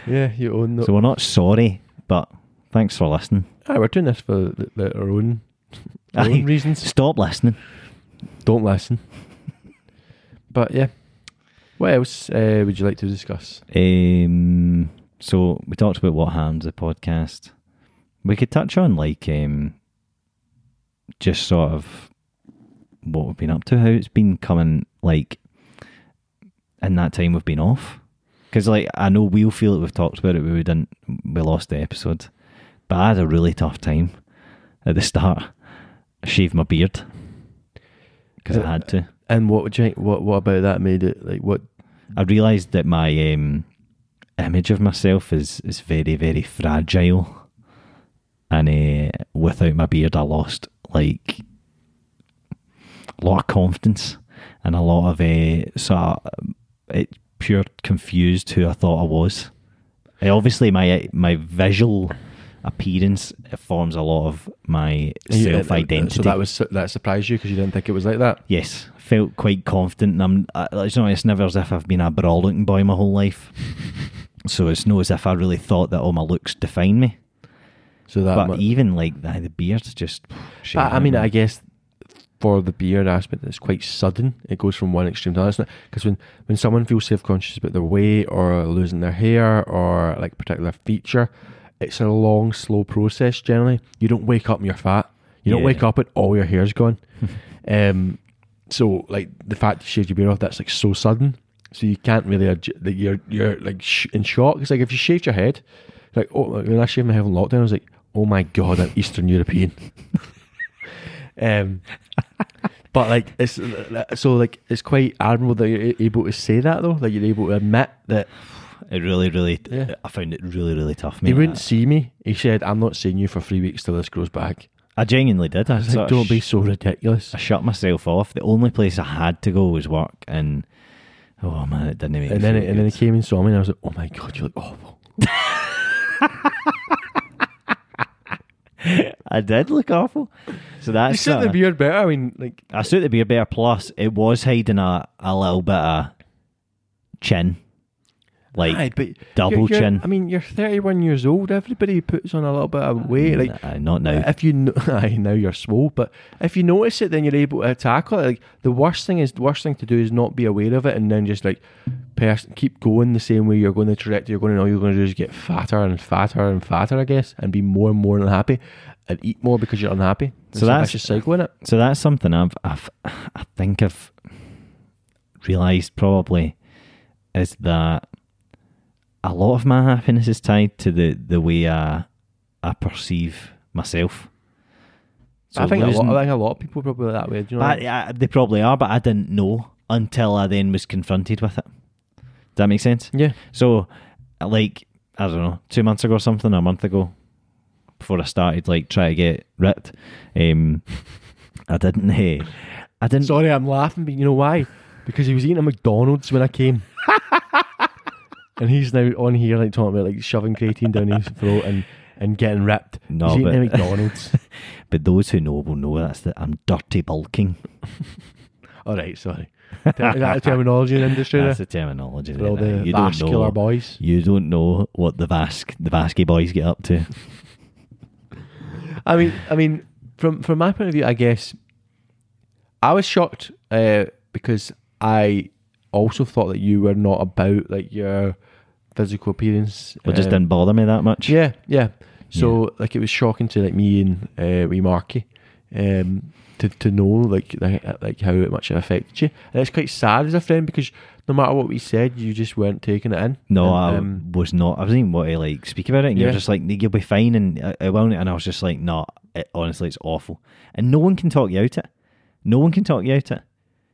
Speaker 1: yeah, you own the.
Speaker 2: So we're not sorry, but thanks for listening.
Speaker 1: Aye, we're doing this for the, the, our <laughs> own, our
Speaker 2: Aye.
Speaker 1: own reasons.
Speaker 2: Stop listening.
Speaker 1: Don't <laughs> listen. But yeah, what else uh, would you like to discuss?
Speaker 2: Um, so we talked about what harms the podcast. We could touch on like um, just sort of what we've been up to, how it's been coming like in that time we've been off. Because like I know we'll feel it. We've talked about it. We didn't. We lost the episode, but I had a really tough time at the start. I shaved my beard because I had to.
Speaker 1: And what would you think? What What about that made it like what?
Speaker 2: I realised that my um, image of myself is is very very fragile, and uh, without my beard, I lost like a lot of confidence and a lot of uh, so I, it pure confused who I thought I was. I, obviously, my eh, my visual appearance forms a lot of my self identity.
Speaker 1: So that was that surprised you because you didn't think it was like <laughs> that.
Speaker 2: Yes, felt quite confident. And I'm, I, it's not. It's never as if I've been a brawling boy my whole life. so it's not as if I really thought that all my looks define me.
Speaker 1: So that.
Speaker 2: but
Speaker 1: mu-
Speaker 2: even like the, the beard's just.
Speaker 1: I, I mean, I guess for the beard aspect, it's quite sudden. It goes from one extreme to another. Because when, when someone feels self conscious about their weight or losing their hair or like particular feature, it's a long, slow process. Generally, you don't wake up and you're fat. You don't
Speaker 2: Yeah.
Speaker 1: wake up and all your hair's gone. um, so like the fact you shaved your beard off, that's like so sudden. So you can't really adj- like you're you're like sh- in shock. It's like if you shaved your head, like oh like, when I shaved my head on lockdown, I was like, oh my god, I'm Eastern European. <laughs> um, but like it's so like it's quite admirable that you're able to say that though. Like you're able to admit that
Speaker 2: <laughs> it really, really.
Speaker 1: Yeah.
Speaker 2: I found it really, really tough.
Speaker 1: he
Speaker 2: mate.
Speaker 1: wouldn't see me. He said, "I'm not seeing you for three weeks till this grows back."
Speaker 2: I genuinely did.
Speaker 1: I
Speaker 2: I
Speaker 1: was
Speaker 2: sort
Speaker 1: like,
Speaker 2: of
Speaker 1: "Don't be
Speaker 2: sh-
Speaker 1: so ridiculous."
Speaker 2: I shut myself off. The only place I had to go was work, and oh man, it didn't make.
Speaker 1: And
Speaker 2: me
Speaker 1: then
Speaker 2: feel
Speaker 1: and then he
Speaker 2: good.
Speaker 1: came and saw me, and I was like, "Oh my god, you look awful."
Speaker 2: I did look awful. So
Speaker 1: You
Speaker 2: that's
Speaker 1: said the
Speaker 2: uh,
Speaker 1: beard better. I mean, like
Speaker 2: I suit the beer bear plus it was hiding a, a little bit of chin. Like
Speaker 1: Aye, but
Speaker 2: double
Speaker 1: you're- you're-
Speaker 2: chin.
Speaker 1: I mean, you're 31 years old. Everybody puts on a little bit of weight. Like
Speaker 2: uh, not now.
Speaker 1: if you, <laughs> kn- aye, now you're swole. But if you notice it, then you're able to tackle it. Like the worst thing is, the worst thing to do is not be aware of it and then just like pers- keep going the same way you're going the trajectory you're going. And all you're going to do is get fatter and fatter and fatter, I guess, and be more and more unhappy and eat more because you're unhappy. It's a
Speaker 2: that's-
Speaker 1: vicious cycle in it.
Speaker 2: so that's something I've, I've I think I've realised probably is that a lot of my happiness is tied to the, the way I I perceive myself.
Speaker 1: I think
Speaker 2: losing-
Speaker 1: a lot. I think a lot of people are probably that way. Do you know?
Speaker 2: But I, they probably are, but I didn't know until I then was confronted with it. Does that make sense?
Speaker 1: yeah.
Speaker 2: So, like, I don't know, two months ago or something, or a month ago, before I started, like, try to get ripped, um, I didn't, <laughs> hey, I didn't,
Speaker 1: Sorry, I'm laughing, but you know why? Because he was eating a McDonald's when I came.
Speaker 2: <laughs>
Speaker 1: and he's now on here like talking about like shoving creatine down his throat and, and getting ripped.
Speaker 2: No,
Speaker 1: he's eating a
Speaker 2: but- <laughs>
Speaker 1: McDonald's.
Speaker 2: but those who know will know that's that I'm dirty bulking.
Speaker 1: All right, sorry. Is <laughs> that a terminology in the industry?
Speaker 2: That's
Speaker 1: there?
Speaker 2: the terminology.
Speaker 1: For all
Speaker 2: there,
Speaker 1: the
Speaker 2: you don't
Speaker 1: vascular
Speaker 2: know.
Speaker 1: boys.
Speaker 2: You don't know what the Vasque, the Vasky boys get up to.
Speaker 1: I mean, I mean, from from my point of view, I guess I was shocked uh, because I also thought that you were not about like your physical appearance.
Speaker 2: It just
Speaker 1: um,
Speaker 2: didn't bother me that much.
Speaker 1: Yeah, yeah. So like it was shocking to like me and uh, wee Marky um, to to know like like like how much it affected you, and it's quite sad as a friend because no matter what we said, you just weren't taking it in.
Speaker 2: No,
Speaker 1: And,
Speaker 2: I
Speaker 1: um,
Speaker 2: was not. I wasn't even want to like speak about it. And
Speaker 1: Yeah.
Speaker 2: you're just like, "Nah, you'll be fine, and uh, it won't. And I was just like, no, it, honestly, it's awful. And no one can talk you out it. No one can talk you out it.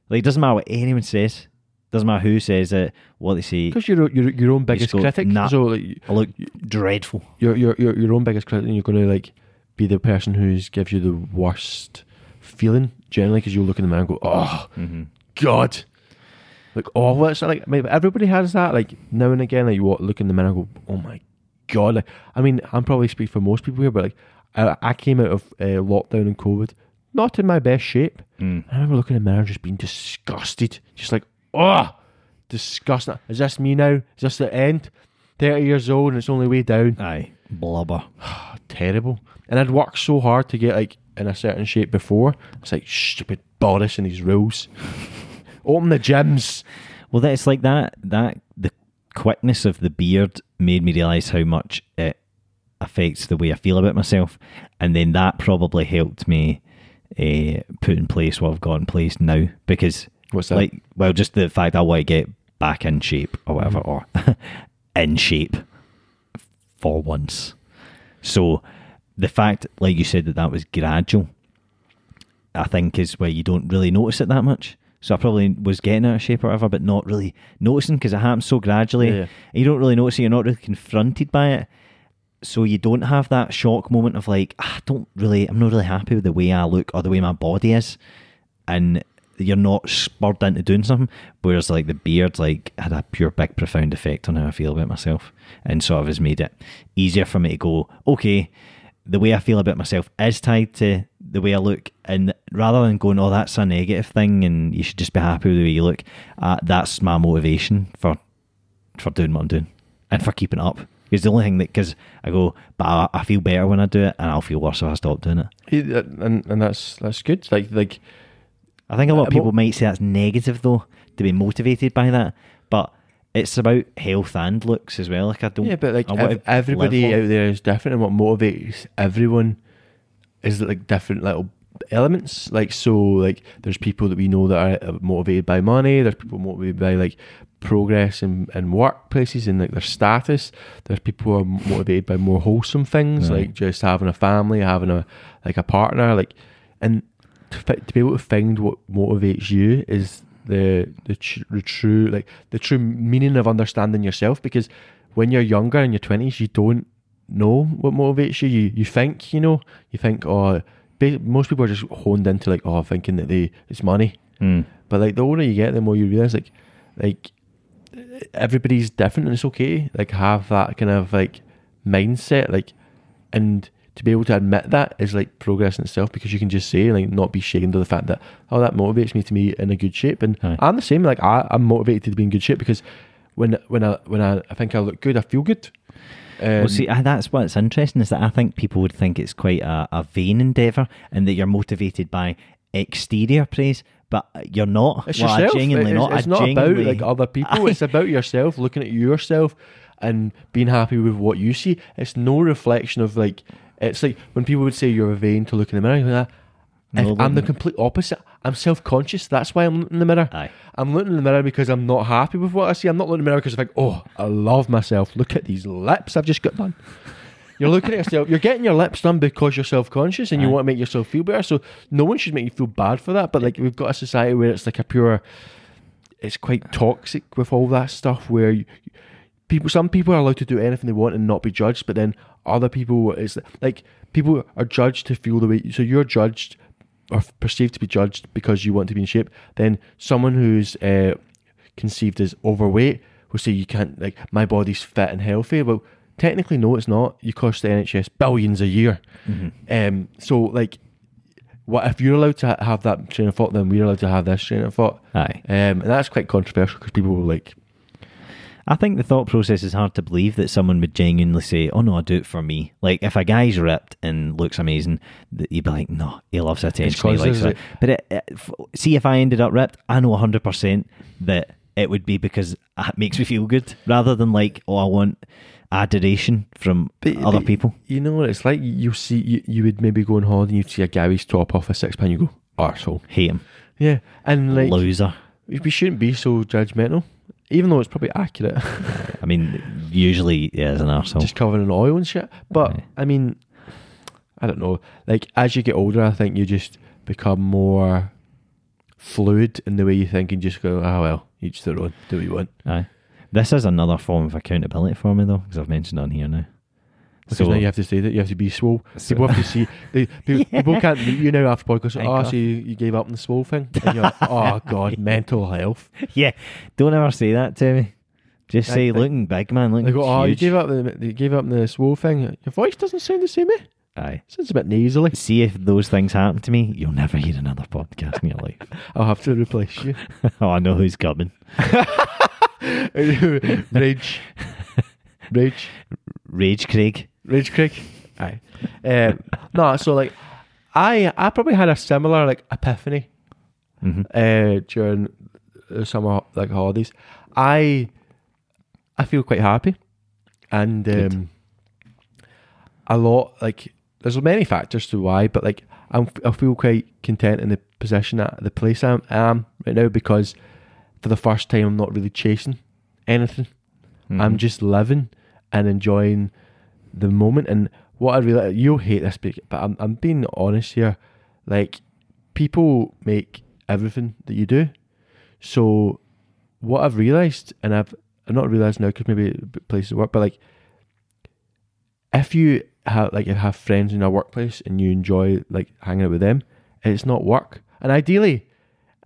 Speaker 2: Like, it doesn't matter what anyone says. Doesn't matter who says it, what they say.
Speaker 1: because you're, you're your own biggest
Speaker 2: go,
Speaker 1: critic,
Speaker 2: "Nah."
Speaker 1: so like,
Speaker 2: I look dreadful.
Speaker 1: you're, you're you're your own biggest critic, and you're going to like be the person who's gives you the worst feeling generally because you look in the mirror and go, oh god. Like oh, what's that like? Maybe everybody has that. Like now and again, like you walk, look in the mirror, and go, oh my god. Like, I mean, I'm probably speak for most people here, but like I, I came out of uh, lockdown and COVID not in my best shape. I remember looking in the mirror, and just being disgusted, just like oh, disgusting. Is this me now? Is this the end? Thirty years old and it's only way down
Speaker 2: Aye, blubber.
Speaker 1: terrible. And I'd worked so hard to get like in a certain shape before. It's like stupid Boris and his rules. <laughs> Open the gyms.
Speaker 2: Well, that's like that. That the quickness of the beard made me realize how much it affects the way I feel about myself, and then that probably helped me eh, uh, put in place what I've got in place now because
Speaker 1: What's that?
Speaker 2: like well, just the fact I want to get back in shape or whatever, or
Speaker 1: Mm-hmm.
Speaker 2: <laughs> in shape for once. So the fact, like you said, that that was gradual, I think, is where you don't really notice it that much. So I probably was getting out of shape or whatever, but not really noticing because it happens so gradually.
Speaker 1: Yeah, yeah.
Speaker 2: And you don't really notice it. You're not really confronted by it. So you don't have that shock moment of like, "Ah, I don't really, I'm not really happy with the way I look or the way my body is. And you're not spurred into doing something. Whereas like the beard, like had a pure big profound effect on how I feel about myself, and sort of has made it easier for me to go, okay, the way I feel about myself is tied to the way I look, and rather than going, oh, that's a negative thing, and you should just be happy with the way you look, uh, that's my motivation for for doing what I'm doing and for keeping it up. It's the only thing that because I go, but I, I feel better when I do it, and I'll feel worse if I stop doing it.
Speaker 1: He- uh, and and that's that's good. Like like
Speaker 2: I think a lot of
Speaker 1: Uh, mo-
Speaker 2: people might say that's negative though to be motivated by that, but it's about health and looks as well. Like I don't.
Speaker 1: yeah, but like
Speaker 2: I wanna
Speaker 1: ev- everybody
Speaker 2: live long.
Speaker 1: out there is different, and what motivates everyone is like different little elements. Like so, like there's people that we know that are uh, motivated by money. There's people motivated by like progress in, in workplaces and like their status. There's people who are motivated by more wholesome things,
Speaker 2: Right.
Speaker 1: like just having a family, having a like a partner, like and to, fi- to be able to find what motivates you is the the, tr- the true like the true meaning of understanding yourself because when you're younger in your 20s you don't know what motivates you you you think you know you think oh ba- most people are just honed into like oh thinking that they it's money
Speaker 2: Mm.
Speaker 1: but like the older you get the more you realize like like everybody's different and it's okay like have that kind of like mindset like and to be able to admit that is like progress in itself because you can just say like not be ashamed of the fact that oh that motivates me to be in a good shape and
Speaker 2: Aye.
Speaker 1: I'm the same like I, I'm motivated to be in good shape because when when I when I, I think I look good I feel good um,
Speaker 2: Well, see, I, that's what's interesting is that I think people would think it's quite a, a vain endeavor, and that you're motivated by exterior praise, but you're not.
Speaker 1: It's
Speaker 2: Well, I
Speaker 1: yourself.
Speaker 2: genuinely
Speaker 1: it's,
Speaker 2: not.
Speaker 1: it's
Speaker 2: I
Speaker 1: not about
Speaker 2: genuinely-
Speaker 1: like other
Speaker 2: <laughs>
Speaker 1: people. it's about yourself, looking at yourself and being happy with what you see. It's no reflection of like it's like when people would say you're vain to look in the mirror. you're Like, if
Speaker 2: No,
Speaker 1: I'm the
Speaker 2: but-
Speaker 1: complete opposite. I'm self conscious. That's why I'm looking in the mirror.
Speaker 2: Aye.
Speaker 1: I'm looking in the mirror because I'm not happy with what I see. I'm not looking in the mirror because I think, oh, I love myself. Look at these lips I've just got done. You're looking at yourself. You're getting your lips done because you're self-conscious and you
Speaker 2: Aye.
Speaker 1: want to make yourself feel better. So no one should make you feel bad for that. But like we've got a society where it's like a pure, it's quite toxic with all that stuff. Where you, people, some people are allowed to do anything they want and not be judged. But then other people, it's like people are judged to feel the way. So you're judged or perceived to be judged because you want to be in shape. Then someone who's uh, conceived as overweight will say you can't like my body's fit and healthy. Well, technically no, it's not. You cost the NHS billions a year.
Speaker 2: Mm.
Speaker 1: Um, so like, what if you're allowed to ha- have that train of thought? Then we're allowed to have this train of thought.
Speaker 2: Aye.
Speaker 1: Um, and that's quite controversial because people were like,
Speaker 2: I think the thought process is hard to believe that someone would genuinely say, "Oh no, I do it for me." Like if a guy's ripped and looks amazing, th- you'd be like, "No, he loves attention." He
Speaker 1: 'cause
Speaker 2: likes
Speaker 1: there's
Speaker 2: it. But it, it, f- see, if I ended up ripped, I know hundred percent that it would be because it makes me feel good, rather than like, "Oh, I want adoration from
Speaker 1: But-
Speaker 2: other
Speaker 1: but-
Speaker 2: people."
Speaker 1: you know what it's like? You see, you, you would maybe go on holiday and you'd see a guy who's top off a six pound, you go arsehole.
Speaker 2: Hate him,
Speaker 1: Yeah, and like
Speaker 2: loser.
Speaker 1: we shouldn't be so judgmental, even though it's probably accurate. <laughs>
Speaker 2: I mean, usually yeah, as an arsehole.
Speaker 1: just covered in oil and shit. But
Speaker 2: Aye.
Speaker 1: I mean, I don't know. Like as you get older, I think you just become more fluid in the way you think and just go, oh well, each their own, do what you want.
Speaker 2: Aye. This is another form of accountability for me though, because I've mentioned on here now.
Speaker 1: Because now you have to say that you have to be swole.
Speaker 2: So-
Speaker 1: people have to see. They,
Speaker 2: <laughs>
Speaker 1: people, people can't meet you now after podcast.
Speaker 2: Thank
Speaker 1: Oh,
Speaker 2: God.
Speaker 1: so you, you gave up on the swole thing. And you're like,
Speaker 2: <laughs>
Speaker 1: oh god, mental health.
Speaker 2: Yeah, don't ever say that to me. Just
Speaker 1: I
Speaker 2: say
Speaker 1: think-
Speaker 2: looking big, man. Looking
Speaker 1: They go, oh, you
Speaker 2: huge."
Speaker 1: gave up the you gave up the swole thing. Your voice doesn't sound the same. Eh?
Speaker 2: Aye.
Speaker 1: Sounds a bit nasally.
Speaker 2: See if those things happen to me, you'll never hear another podcast in your life. <laughs>
Speaker 1: I'll have to replace you. <laughs>
Speaker 2: oh, I know who's coming.
Speaker 1: Rage. Rage.
Speaker 2: Rage Craig.
Speaker 1: Rage Creek. Aye. Um, no, so like I I probably had a similar like epiphany
Speaker 2: Mhm.
Speaker 1: uh, during the summer like holidays. I I feel quite happy and
Speaker 2: Good.
Speaker 1: um, a lot like there's many factors to why, but like I'm I feel quite content in the position at the place I'm am right now because for the first time, I'm not really chasing anything.
Speaker 2: mm-hmm.
Speaker 1: I'm just living and enjoying the moment. And what I really, you'll hate this, but but I'm, I'm being honest here. Like, people make everything that you do. So, what I've realised, and I've, I've not realised now because maybe b- places of work, but like, if you have like you have friends in your workplace and you enjoy like hanging out with them, it's not work. And ideally,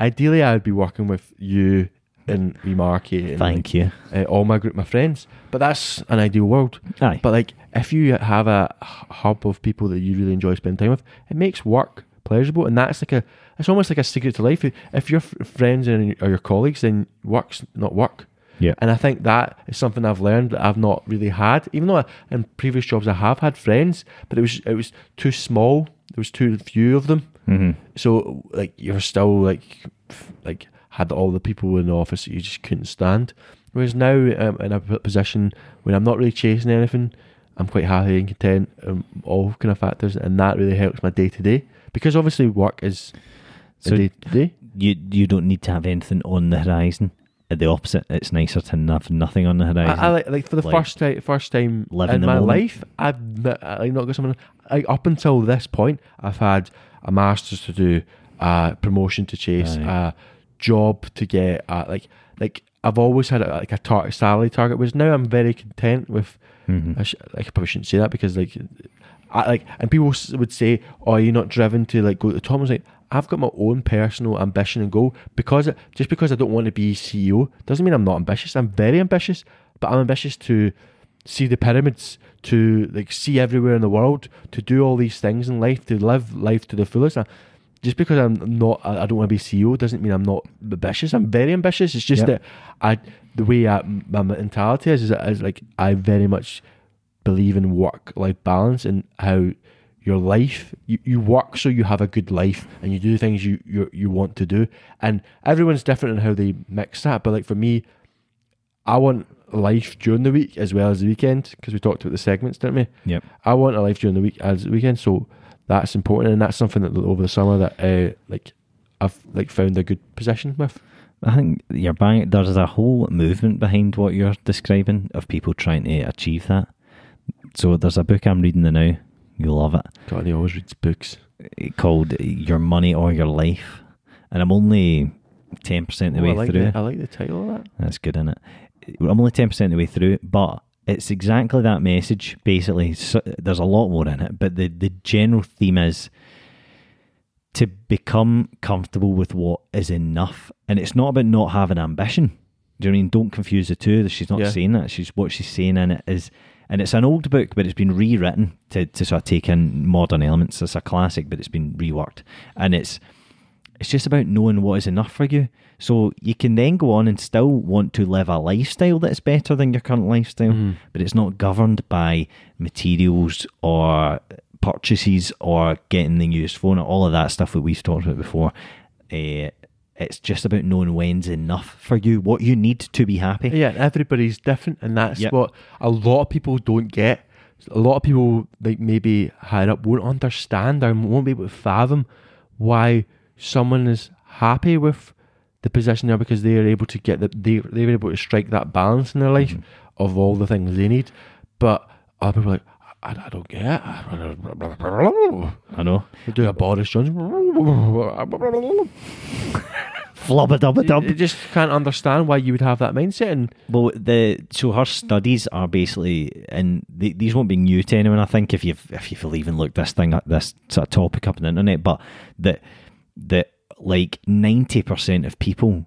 Speaker 1: ideally, I would be working with you and we market and like,
Speaker 2: Thank you.
Speaker 1: uh, all my group, my friends. But that's an ideal world.
Speaker 2: Aye.
Speaker 1: But like, if you have a h- hub of people that you really enjoy spending time with, it makes work pleasurable, and that's like a, it's almost like a secret to life. If your f- friends and or your colleagues, then work's not work.
Speaker 2: yeah.
Speaker 1: And I think that is something I've learned that I've not really had, even though I, in previous jobs I have had friends, but it was it was too small. There was too few of them.
Speaker 2: Mhm.
Speaker 1: So like you're still like f- like had all the people in the office that you just couldn't stand. Whereas now I'm in a p- position where I'm not really chasing anything. I'm quite happy and content, um, all kind of factors, and that really helps my day to day because obviously work is
Speaker 2: So-
Speaker 1: day to day.
Speaker 2: You you don't need to have anything on the horizon. At the opposite, it's nicer to have nothing on the horizon.
Speaker 1: I, I like like for the
Speaker 2: Like,
Speaker 1: first time, first time
Speaker 2: live in
Speaker 1: in
Speaker 2: the
Speaker 1: my
Speaker 2: moment.
Speaker 1: life, I've n- I not got someone. Like up until this point, I've had a masters to do, a promotion to chase,
Speaker 2: Aye.
Speaker 1: a job to get. A, like like I've always had a, like a tar- salary target. Whereas now I'm very content with.
Speaker 2: Mhm.
Speaker 1: I, sh- like, I probably shouldn't say that because like, I like and people s- would say, "Oh, you're not driven to like go to the top." I was like. I've got my own personal ambition and goal because just because I don't want to be CEO doesn't mean I'm not ambitious. I'm very ambitious, but I'm ambitious to see the pyramids, to like see everywhere in the world, to do all these things in life, to live life to the fullest. I, just because I'm not, I I don't want to be CEO doesn't mean I'm not ambitious. I'm very ambitious. It's just
Speaker 2: Yep.
Speaker 1: that I, the way I, my mentality is, is, that- is like I very much believe in work life balance and how your life you, you work so you have a good life and you do things you, you you want to do and everyone's different in how they mix that but like for me i want life during the week as well as the weekend because we talked about the segments didn't we
Speaker 2: Yep.
Speaker 1: i want a life during the week as the weekend so that's important and that's something that over the summer that uh like i've like found a good position with
Speaker 2: I think you're bang. There's a whole movement behind what you're describing of people trying to achieve that. So there's a book I'm reading now. You'll love it.
Speaker 1: god he always reads books
Speaker 2: It called "Your Money or Your Life," and I'm only ten percent the
Speaker 1: Oh,
Speaker 2: way
Speaker 1: I, like
Speaker 2: through.
Speaker 1: The, I like the title of that
Speaker 2: That's good, isn't it? I'm only ten percent of the way through, but it's exactly that message. Basically, so, there's a lot more in it, but the the general theme is to become comfortable with what is enough, and it's not about not having ambition. Do you know what I mean? Don't confuse the two. She's not
Speaker 1: Yeah.
Speaker 2: saying that. She's what she's saying in it is, and it's an old book, but it's been rewritten to to sort of take in modern elements. It's a classic, but it's been reworked, and it's it's just about knowing what is enough for you. So you can then go on and still want to live a lifestyle that's better than your current lifestyle, but it's not governed by materials or purchases or getting the newest phone or all of that stuff that we've talked about before. Uh, it's just about knowing when's enough for you, what you need to be happy.
Speaker 1: Yeah, and everybody's different, and that's
Speaker 2: Yep.
Speaker 1: what a lot of people don't get. A lot of people, like maybe higher up, won't understand or won't be able to fathom why someone is happy with the position they're because they are able to get the they they were able to strike that balance in their life
Speaker 2: Mm-hmm.
Speaker 1: of all the things they need. But other people are like, I, I don't get it.
Speaker 2: I know.
Speaker 1: They do a Boris Johnson.
Speaker 2: Flubba dubba dub.
Speaker 1: They just can't understand why you would have that mindset. And
Speaker 2: Well, the so her studies are basically, and th these won't be new to anyone. I think if you've if you've even looked this thing up, this sort of topic up on the internet, but that that like ninety percent of people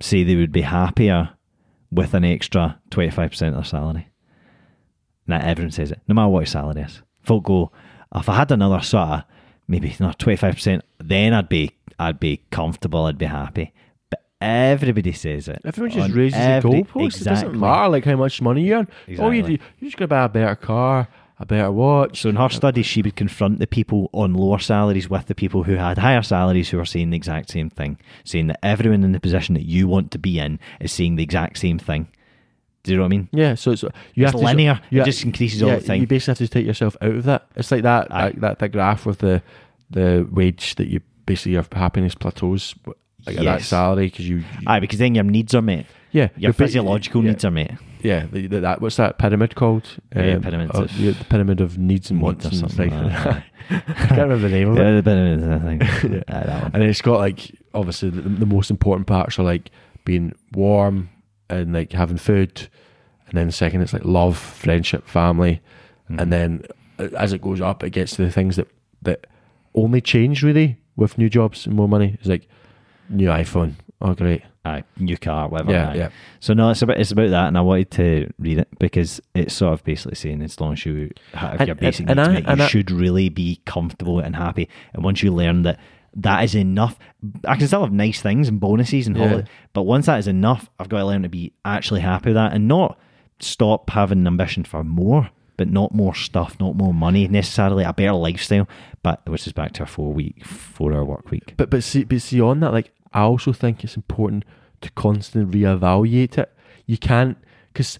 Speaker 2: say they would be happier with an extra twenty five percent of their salary. Now everyone says it, no matter what your salary is. Folk go, if I had another sort of maybe not twenty five percent, then I'd be I'd be comfortable, I'd be happy. But everybody says it.
Speaker 1: Everyone just
Speaker 2: On
Speaker 1: raises
Speaker 2: every-
Speaker 1: the goalposts. It doesn't matter like how much money you earn. All you do,
Speaker 2: Exactly.
Speaker 1: you just gotta buy a better car, a better watch.
Speaker 2: So in her study, she would confront the people on lower salaries with the people who had higher salaries who are saying the exact same thing, saying that everyone in the position that you want to be in is saying the exact same thing. Do you know what I mean?
Speaker 1: Yeah, so it's you
Speaker 2: It's
Speaker 1: have to
Speaker 2: linear.
Speaker 1: you
Speaker 2: It
Speaker 1: ha-
Speaker 2: just increases all the time.
Speaker 1: You basically have to take yourself out of that. It's like that
Speaker 2: Aye.
Speaker 1: that, that, that graph with the the wage that you basically your happiness plateaus like, at that
Speaker 2: Yes.
Speaker 1: salary because you, you-
Speaker 2: Aye, because then your needs are met.
Speaker 1: yeah
Speaker 2: Your
Speaker 1: fi-
Speaker 2: physiological
Speaker 1: yeah,
Speaker 2: needs are met.
Speaker 1: yeah the, the- that what's that pyramid called
Speaker 2: Yeah, pyramids
Speaker 1: oh,
Speaker 2: of-
Speaker 1: yeah, the pyramid of needs and wants
Speaker 2: Needs or
Speaker 1: and
Speaker 2: something
Speaker 1: stuff.
Speaker 2: like
Speaker 1: <laughs>
Speaker 2: that.
Speaker 1: I can't remember the name of it
Speaker 2: Yeah, the pyramids, I <laughs>
Speaker 1: <laughs>
Speaker 2: think.
Speaker 1: Yeah.
Speaker 2: Aye, that one.
Speaker 1: and it's got like obviously the, the most important parts are like being warm and like having food and then the second it's like love friendship family
Speaker 2: Mm-hmm.
Speaker 1: and then uh, as it goes up it gets to the things that that only change really with new jobs and more money it's like new iphone oh great
Speaker 2: aye, new car, whatever.
Speaker 1: yeah
Speaker 2: aye.
Speaker 1: yeah
Speaker 2: So no, it's about it's about that, and I wanted to read it because it's sort of basically saying as long as you have
Speaker 1: And-
Speaker 2: your basic
Speaker 1: and- and
Speaker 2: needs
Speaker 1: I-
Speaker 2: met,
Speaker 1: and
Speaker 2: you
Speaker 1: I-
Speaker 2: should really be comfortable and happy. And once you learn that that is enough, I can still have nice things and bonuses and
Speaker 1: Yeah.
Speaker 2: holidays, but once that is enough, I've got to learn to be actually happy with that and not stop having an ambition for more, but not more stuff, not more money necessarily, a better lifestyle. But which is back to a four week, four hour work week.
Speaker 1: But but see but see on that, like I also think it's important to constantly reevaluate it. You can't because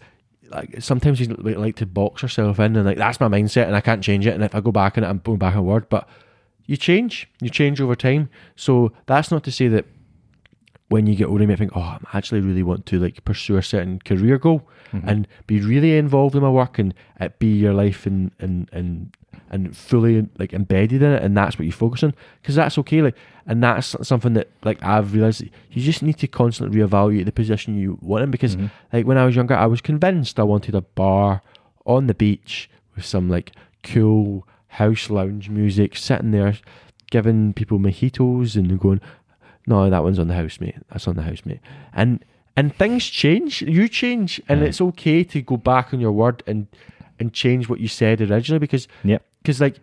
Speaker 1: like sometimes you like, like to box yourself in and like that's my mindset and I can't change it. And if I go back in it, I'm going back a word. But you change, you change over time. So that's not to say that when you get older, you might think, oh, I actually really want to like pursue a certain career goal and be really involved in my work and it be your life and and and and fully like embedded in it, and that's what you focus on because that's okay. Like, and that's something that like I've realized you just need to constantly reevaluate the position you want in because like when I was younger, I was convinced I wanted a bar on the beach with some like cool house lounge music, sitting there giving people mojitos and going, no, that one's on the house, mate. That's on the house, mate. And and things change. You change, and it's okay to go back on your word and and change what you said originally because
Speaker 2: Yep.
Speaker 1: because like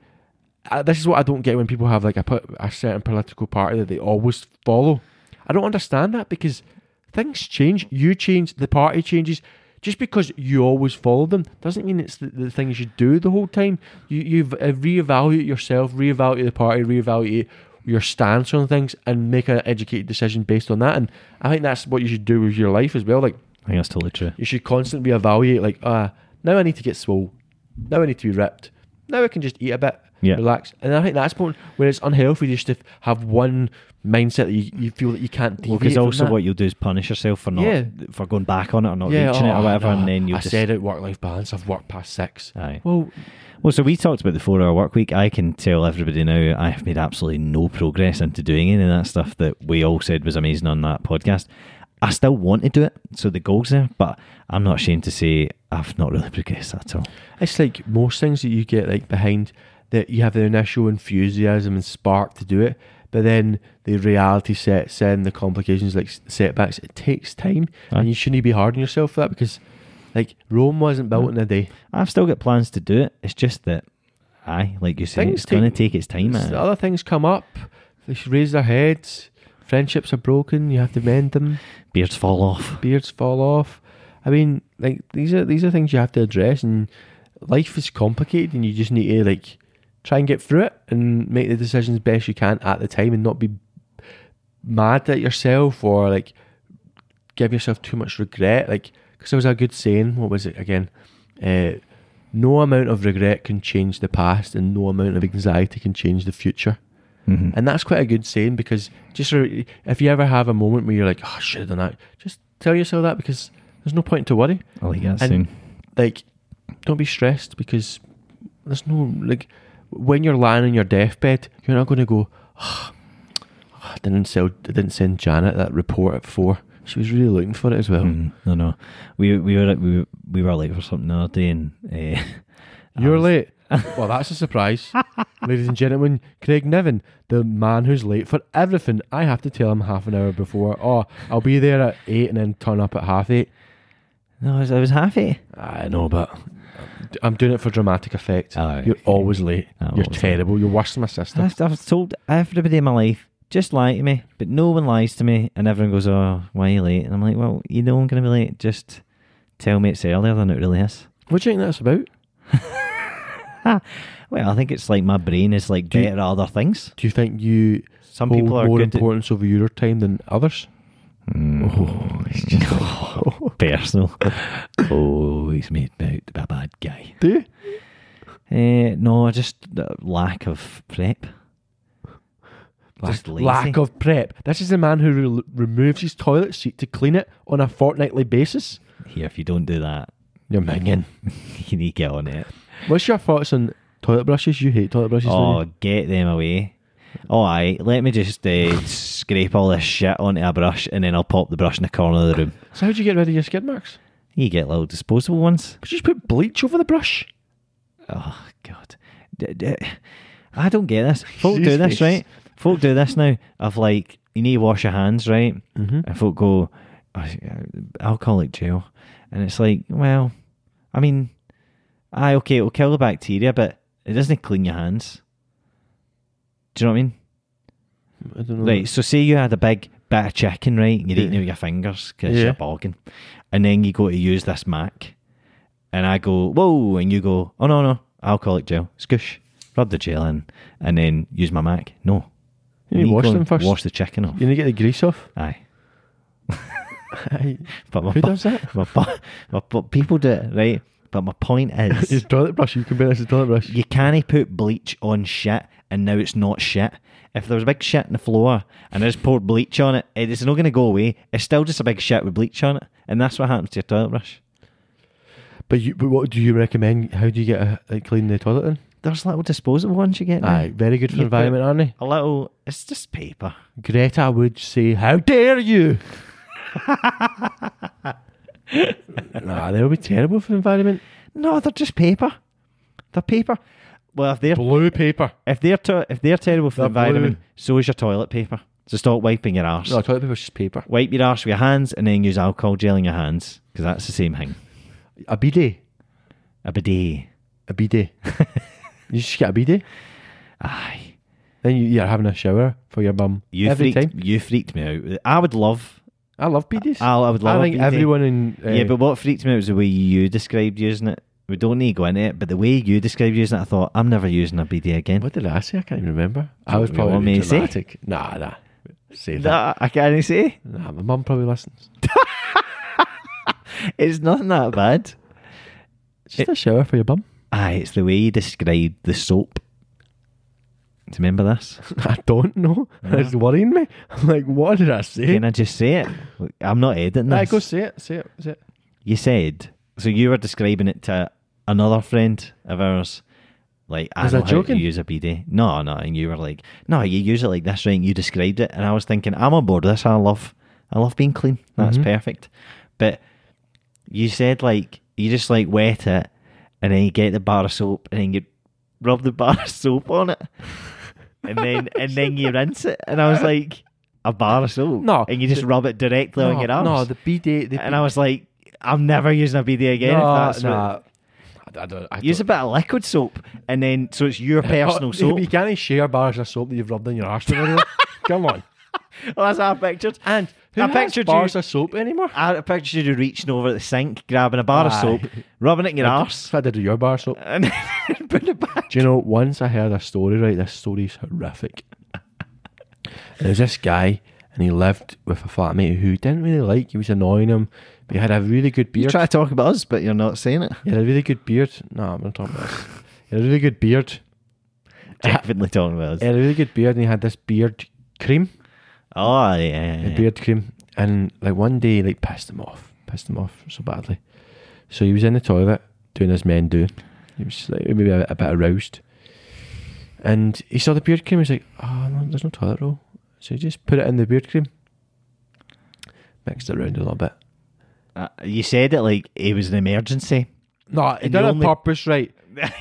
Speaker 1: I, this is what I don't get when people have like a po- a certain political party that they always follow. I don't understand that because things change. You change, the party changes. Just because you always follow them doesn't mean it's the, the things you do the whole time. You you reevaluate yourself, reevaluate the party, reevaluate your stance on things, and make an educated decision based on that. And I think that's what you should do with your life as well. Like
Speaker 2: I think that's totally true.
Speaker 1: you should constantly evaluate, like, ah, now I need to get swole. Now I need to be ripped. Now I can just eat a bit,
Speaker 2: Yeah.
Speaker 1: relax. And I think that's important when it's unhealthy just to have one mindset that you, you feel that you can't deviate
Speaker 2: because
Speaker 1: from
Speaker 2: also
Speaker 1: that.
Speaker 2: what you'll do is punish yourself for not
Speaker 1: Yeah.
Speaker 2: for going back on it or not reaching it
Speaker 1: oh,
Speaker 2: or whatever,
Speaker 1: no,
Speaker 2: and then you
Speaker 1: I
Speaker 2: just.
Speaker 1: said it work life balance. I've worked past six.
Speaker 2: Aye.
Speaker 1: Well,
Speaker 2: Well, so we talked about the four-hour work week. I can tell everybody now I have made absolutely no progress into doing any of that stuff that we all said was amazing on that podcast. I still want to do it, so the goal's there, but I'm not ashamed to say I've not really progressed at all.
Speaker 1: It's like most things that you get like behind that you have the initial enthusiasm and spark to do it, but then the reality sets in, the complications like s- setbacks. It takes time,
Speaker 2: Aye.
Speaker 1: and you shouldn't be hard on yourself for that because, like, Rome wasn't built in a day.
Speaker 2: I've still got plans to do it. It's just that, aye, like you say,
Speaker 1: Things
Speaker 2: it's going to
Speaker 1: take-
Speaker 2: take its time.
Speaker 1: S-
Speaker 2: eh?
Speaker 1: Other things come up. They should raise their heads. Friendships are broken. You have to mend them.
Speaker 2: Beards fall off.
Speaker 1: Beards fall off. I mean, like these are these are things you have to address, and life is complicated, and you just need to like try and get through it and make the decisions best you can at the time, and not be mad at yourself or like give yourself too much regret. Like, because there was a good saying. What was it again? Uh, no amount of regret can change the past, and no amount of anxiety can change the future.
Speaker 2: Mhm.
Speaker 1: And that's quite a good saying because just re- if you ever have a moment where you're like, oh, I should have done that, just tell yourself that because there's no point to worry.
Speaker 2: I like that
Speaker 1: and-
Speaker 2: soon.
Speaker 1: Like, don't be stressed because there's no, like, when you're lying on your deathbed, you're not going to go, "Ah, I, didn't sell, I didn't send Janet that report at four. She was really looking for it as well.
Speaker 2: Mm, no, no. We we were we were, we were late for something the other day, and
Speaker 1: <laughs>
Speaker 2: uh, I
Speaker 1: You're
Speaker 2: was- <laughs>
Speaker 1: late. <laughs> well, that's a surprise. Ladies and gentlemen, Craig Niven, the man who's late for everything. I have to tell him half an hour before. Oh, I'll be there at eight and then turn up at half eight.
Speaker 2: No, I was, I was half eight.
Speaker 1: I know, but I'm doing it for dramatic effect.
Speaker 2: Aye.
Speaker 1: You're always late.
Speaker 2: I'm
Speaker 1: You're
Speaker 2: always
Speaker 1: terrible. You're worse than my sister.
Speaker 2: I've, I've told everybody in my life, just lie to me, but no one lies to me, and everyone goes, "Oh, why are you late?" And I'm like, "Well, you know I'm gonna be late. Just tell me it's earlier than it really is."
Speaker 1: What do you think that's about?
Speaker 2: Well, I think it's like my brain is like
Speaker 1: Do you-
Speaker 2: better at other things.
Speaker 1: Do you think you
Speaker 2: Some
Speaker 1: hold
Speaker 2: people are
Speaker 1: more
Speaker 2: good. at-
Speaker 1: importance over your time than others? Oh.
Speaker 2: Mm, <laughs> it's
Speaker 1: <laughs>
Speaker 2: just personal.
Speaker 1: Oh,
Speaker 2: Always made out to be a bad guy.
Speaker 1: Do you?
Speaker 2: Eh, Uh, no, just the lack of prep.
Speaker 1: <laughs> Just
Speaker 2: Just lazy.
Speaker 1: lack of prep. This is a man who re- removes his toilet seat to clean it on a fortnightly basis.
Speaker 2: Here, if you don't do that,
Speaker 1: You're minging.
Speaker 2: <laughs> you need to get on it.
Speaker 1: What's your thoughts on toilet brushes? You hate toilet brushes. don't
Speaker 2: Oh,
Speaker 1: you?
Speaker 2: get them away. All right, let me
Speaker 1: <laughs>
Speaker 2: just uh, scrape all this shit onto a brush and then I'll pop the brush in the corner of the room.
Speaker 1: So how do you get rid of your skid marks?
Speaker 2: You get little disposable ones.
Speaker 1: Could you just put bleach over the brush?
Speaker 2: Oh, God. D- d- I don't get this. Folk do
Speaker 1: Jesus.
Speaker 2: this, right? Folk do this now of like, you need to wash your hands, right?
Speaker 1: Mm-hmm.
Speaker 2: And folk go, "Oh, alcoholic gel. And it's like, well, I mean, aye, okay, it'll kill the bacteria, but it doesn't clean your hands. Do you know what I mean?
Speaker 1: I don't know.
Speaker 2: Right, so say you had a big bit of chicken, right, and you're eating
Speaker 1: Mm. Yeah.
Speaker 2: it with your fingers because
Speaker 1: Yeah.
Speaker 2: you're bogging, and then you go to use this Mac, and I go, whoa, and you go, oh no, no, alcoholic gel, scoosh, rub the gel in, and then use my Mac. No.
Speaker 1: You need to
Speaker 2: Me
Speaker 1: wash
Speaker 2: go
Speaker 1: them
Speaker 2: and
Speaker 1: first.
Speaker 2: Wash the chicken off.
Speaker 1: You need to get the grease
Speaker 2: <laughs>
Speaker 1: off.
Speaker 2: Aye.
Speaker 1: Aye.
Speaker 2: But my,
Speaker 1: Who
Speaker 2: po-
Speaker 1: does
Speaker 2: <laughs>
Speaker 1: that?
Speaker 2: My, po- my po- people do it, right? But my point
Speaker 1: It's <laughs>
Speaker 2: is,
Speaker 1: toilet brush. You compare this to toilet brush.
Speaker 2: you can't put bleach on shit, and now it's not shit. If there was a big shit on the floor and I just poured bleach on it, it is not going to go away. It's still just a big shit with bleach on it, and that's what happens to your toilet brush.
Speaker 1: But, you, but what do you recommend? How do you get a, like clean the toilet in?
Speaker 2: There's little disposable ones you get. now.
Speaker 1: Aye, very good for the
Speaker 2: You put-
Speaker 1: environment, aren't they?
Speaker 2: A little, it's just paper.
Speaker 1: Greta would say, "How dare you!" <laughs> nah, they would be terrible for the environment.
Speaker 2: No, they're just paper. They're paper. Well, if they're
Speaker 1: Blue paper.
Speaker 2: if they're to- if they're terrible for the
Speaker 1: They're
Speaker 2: environment,
Speaker 1: blue.
Speaker 2: so is your toilet paper. So stop wiping your arse.
Speaker 1: No, toilet paper is just paper.
Speaker 2: Wipe your arse with your hands and then use alcohol gel in your hands because that's the same thing.
Speaker 1: A bidet.
Speaker 2: A bidet.
Speaker 1: A <laughs> bidet. you just get a bidet.
Speaker 2: Aye.
Speaker 1: Then you, you're having a shower for your bum
Speaker 2: You
Speaker 1: every
Speaker 2: freaked,
Speaker 1: time.
Speaker 2: You freaked me out. I would love.
Speaker 1: I love bidets.
Speaker 2: I, I would love.
Speaker 1: I
Speaker 2: a
Speaker 1: think
Speaker 2: bidet.
Speaker 1: everyone in uh,
Speaker 2: yeah, but what freaked me out was the way you described using it. We don't need to go into it, but the way you described using it, I thought I'm never using a bidet again.
Speaker 1: what did I say? I can't even remember. I was
Speaker 2: you
Speaker 1: probably
Speaker 2: want me to say?
Speaker 1: dramatic. Nah, nah. Say that.
Speaker 2: That, I can't
Speaker 1: <laughs>
Speaker 2: say
Speaker 1: Nah, my mum probably listens.
Speaker 2: it's nothing that bad.
Speaker 1: It's just a shower for your bum.
Speaker 2: Aye, it's the way you described the soap. Do you remember this?
Speaker 1: <laughs> I don't know. It's worrying me. <laughs> I'm like, what did I say?
Speaker 2: Can I just say it? I'm not editing
Speaker 1: Nah,
Speaker 2: this.
Speaker 1: go say it. Say it. Say it.
Speaker 2: you said so you were describing it to another friend of ours like I
Speaker 1: Was
Speaker 2: know
Speaker 1: I joking?
Speaker 2: how to use a bidet no no and you were like no you use it like this right and you described it and I was thinking I'm on board with this I love I love being clean that's
Speaker 1: Mhm.
Speaker 2: perfect but you said like you just like wet it and then you get the bar of soap and then you rub the <laughs> bar of soap on it and then and then you rinse it and I was like a bar of soap
Speaker 1: No,
Speaker 2: and you just
Speaker 1: the-
Speaker 2: rub it directly on
Speaker 1: no,
Speaker 2: your arse
Speaker 1: no, the bidet. The
Speaker 2: and I was like, I'm never using a BD again.
Speaker 1: No,
Speaker 2: if that's what-
Speaker 1: nah. I, I don't. I
Speaker 2: Use a
Speaker 1: don't-
Speaker 2: bit of liquid soap, and then so
Speaker 1: <laughs>
Speaker 2: it's your personal
Speaker 1: Oh,
Speaker 2: soap.
Speaker 1: You can't share bars of soap that you've rubbed in your arse. with
Speaker 2: <laughs>
Speaker 1: everyone. Come on.
Speaker 2: Well, that's our picture.
Speaker 1: And who
Speaker 2: I
Speaker 1: has
Speaker 2: pictured
Speaker 1: bars
Speaker 2: you-
Speaker 1: of soap anymore?
Speaker 2: I pictured you reaching over at the sink, grabbing a bar
Speaker 1: Aye.
Speaker 2: of soap, rubbing it in your arse,
Speaker 1: So I did with your bar of soap.
Speaker 2: and then <laughs> putting it back.
Speaker 1: Do you know, once I heard a story, right? This story's
Speaker 2: <laughs>
Speaker 1: horrific. there was this guy, and he lived with a flatmate who he didn't really like. He was annoying him, but he had a really good
Speaker 2: You
Speaker 1: beard.
Speaker 2: try to talk about us, but you're not saying it.
Speaker 1: He had a really good beard. No, I'm not talking about this. He had a really good beard. er
Speaker 2: Definitely talking about
Speaker 1: He
Speaker 2: us.
Speaker 1: had a really good beard, and he had this beard cream.
Speaker 2: Oh yeah, yeah,
Speaker 1: the
Speaker 2: yeah.
Speaker 1: beard cream. And like one day, like pissed him off, pissed him off so badly. So he was in the toilet doing as men do. He was like maybe a, a bit aroused, and he saw the beard cream. He was like, "Oh no, there's no toilet roll." So he just put it in the beard cream, mixed it around a little bit.
Speaker 2: Uh, you said it like it was an emergency. <laughs>
Speaker 1: No, he
Speaker 2: And
Speaker 1: did
Speaker 2: you
Speaker 1: it on
Speaker 2: only-
Speaker 1: purpose, right?